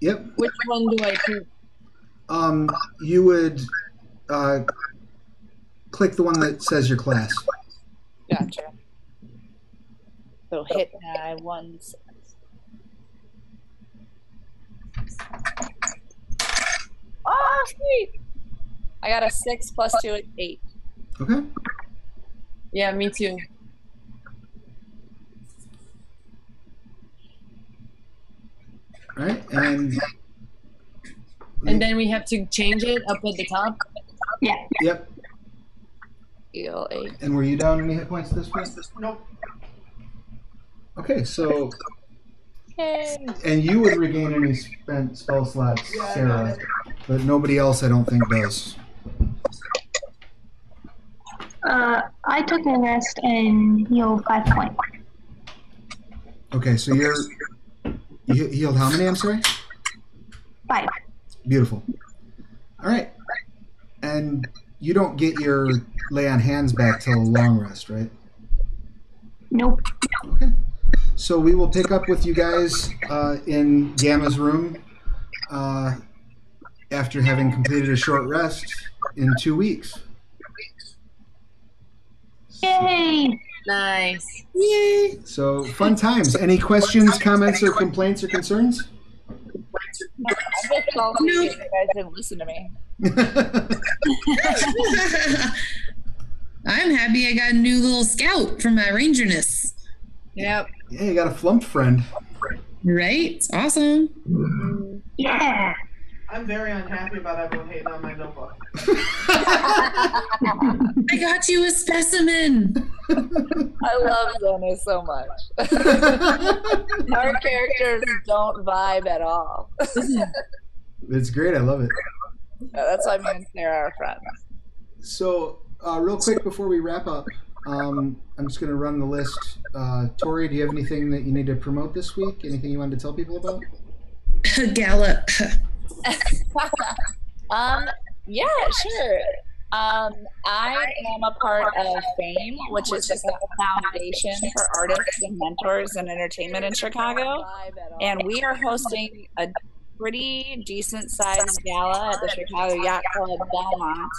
S1: Yep.
S2: Which one do I choose?
S1: Um, you would uh, click the one that says your class.
S5: gotcha. So hit die once. Oh, sweet. I got a six plus two is eight.
S1: Okay.
S2: Yeah, me too.
S1: All right. And
S2: And then we have to change it up at the top.
S1: yep.
S5: Heal eight.
S1: And were you down any hit points this point?
S6: Nope.
S1: Okay. So
S5: Yay.
S1: and you would regain any spent spell slots,
S6: Yeah, I got
S1: Sarah,
S6: it.
S1: but nobody else I don't think does.
S3: Uh, I took a rest and healed five points.
S1: Okay, so you're you he- healed how many? I'm sorry.
S3: Five.
S1: Beautiful. All right, and you don't get your lay on hands back till long rest, right?
S3: Nope.
S1: Okay. So we will pick up with you guys uh, in Gamma's room uh, after having completed a short rest in two weeks.
S3: Yay!
S2: Nice.
S1: So fun times. Any questions, comments, or complaints or concerns?
S5: I'm just so confused you guys didn't listen to me.
S4: I'm happy I got a new little scout for my rangerness.
S2: Yep.
S1: Yeah, you got a flumped friend.
S4: Right? It's awesome.
S3: Yeah!
S6: I'm very unhappy about everyone hating on my notebook.
S4: I got you a specimen.
S5: I love Xana so much. Our characters don't vibe at all.
S1: it's great. I love it.
S5: That's why me and Sarah are friends.
S1: So, uh, real quick before we wrap up, um, I'm just going to run the list. Uh, Tori, do you have anything that you need to promote this week? Anything you wanted to tell people about?
S4: Gala.
S5: um, yeah, sure. Um, I am a part of FAME, which is just a foundation for artists and mentors in entertainment in Chicago. And we are hosting a pretty decent sized gala at the Chicago Yacht Club Belmont,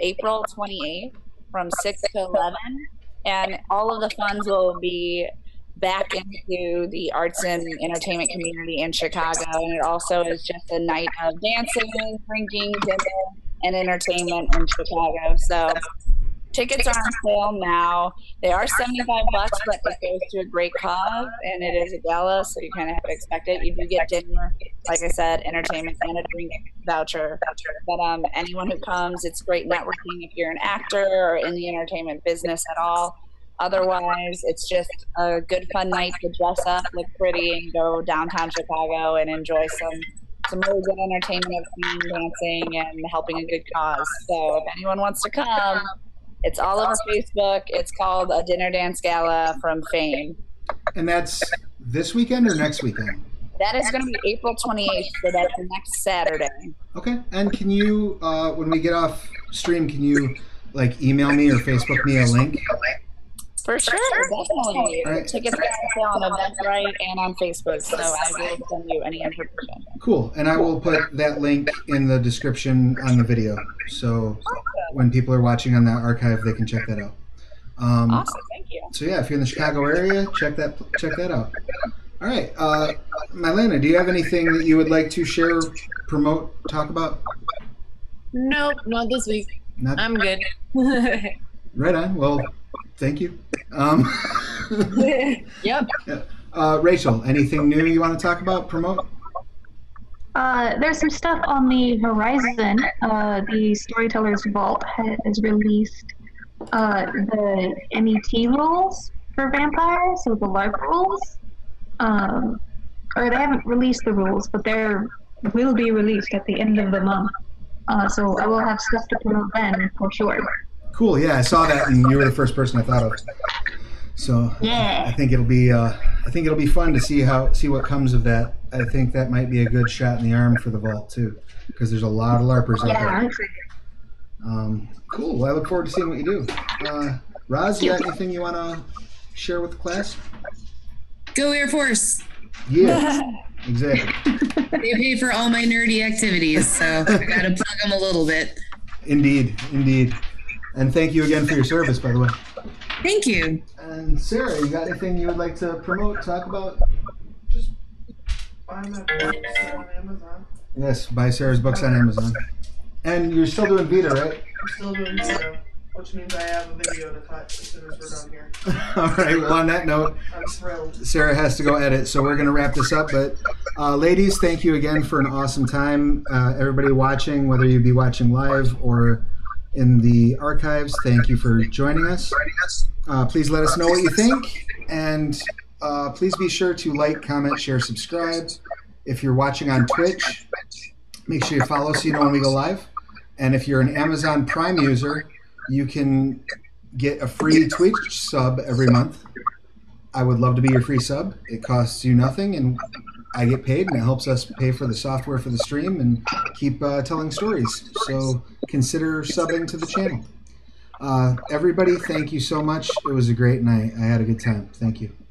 S5: April 28th from 6 to 11. And all of the funds will be back into the arts and entertainment community in Chicago. And it also is just a night of dancing, drinking, dinner, and entertainment in Chicago. So tickets are on sale now. They are 75 bucks, but it goes to a great cause and it is a gala, so you kind of have to expect it. You do get dinner, like I said, entertainment and a drink voucher. But um, anyone who comes, it's great networking if you're an actor or in the entertainment business at all. Otherwise, it's just a good fun night to dress up, look pretty, and go downtown Chicago and enjoy some
S7: some really good entertainment of singing, dancing, and helping a good cause. So if anyone wants to come, it's all over Facebook. It's called a dinner dance gala from Fame.
S1: And that's this weekend or next weekend?
S7: That is going to be April 28th, so that's next Saturday.
S1: Okay. And can you, uh, when we get off stream, can you like email me or Facebook me a link?
S7: For sure, definitely.
S1: All right.
S7: Tickets are on sale on Eventbrite and on Facebook, so I will send you any information.
S1: Cool. And I will put that link in the description on the video. So when people are watching on that archive, they can check that out. Um,
S7: Awesome, thank you.
S1: So yeah, if you're in the Chicago area, check that check that out. All right, uh, Mylena, do you have anything that you would like to share, promote, talk about?
S2: Nope, not this week.
S1: Not
S2: I'm good.
S1: right on. Well, thank you. Um,
S2: yep.
S1: uh, Rachel, anything new you want to talk about, promote?
S3: Uh, there's some stuff on the horizon. Uh, the Storytellers Vault has released uh, the MET rules for vampires, so the LARP rules. Um, or they haven't released the rules, but they will be released at the end of the month. Uh, so I will have stuff to promote then for sure.
S1: Cool. Yeah, I saw that, and you were the first person I thought of. So
S3: Yeah.
S1: I think it'll be uh, I think it'll be fun to see how see what comes of that. I think that might be a good shot in the arm for the vault too, because there's a lot of larpers out there.
S3: Yeah.
S1: Um, cool. Well, I look forward to seeing what you do. Uh, Roz, you got anything you want to share with the class?
S4: Go Air Force.
S1: Yeah, exactly.
S4: They pay for all my nerdy activities, so I gotta plug them a little bit.
S1: Indeed, indeed. And thank you again for your service, by the way.
S4: Thank you.
S1: And Sarah, you got anything you would like to promote, talk about?
S6: Just buy my books on Amazon.
S1: Yes, buy Sarah's books on Amazon. And you're still doing Vita, right?
S6: I'm still doing video, which means I have a video to cut as soon as we're done here.
S1: All right. Well, on that note,
S6: I'm thrilled.
S1: Sarah has to go edit, so we're going to wrap this up. But, uh, ladies, thank you again for an awesome time. Uh, everybody watching, whether you be watching live or in the archives, thank you for joining us. Uh, please let us know what you think, and uh, please be sure to like, comment, share, subscribe. If you're watching on Twitch, make sure you follow so you know when we go live. And if you're an Amazon Prime user, you can get a free Twitch sub every month. I would love to be your free sub. It costs you nothing, and I get paid, and it helps us pay for the software for the stream and keep uh, telling stories. So consider subbing to the channel. Uh, everybody, thank you so much. It was a great night. I had a good time. Thank you.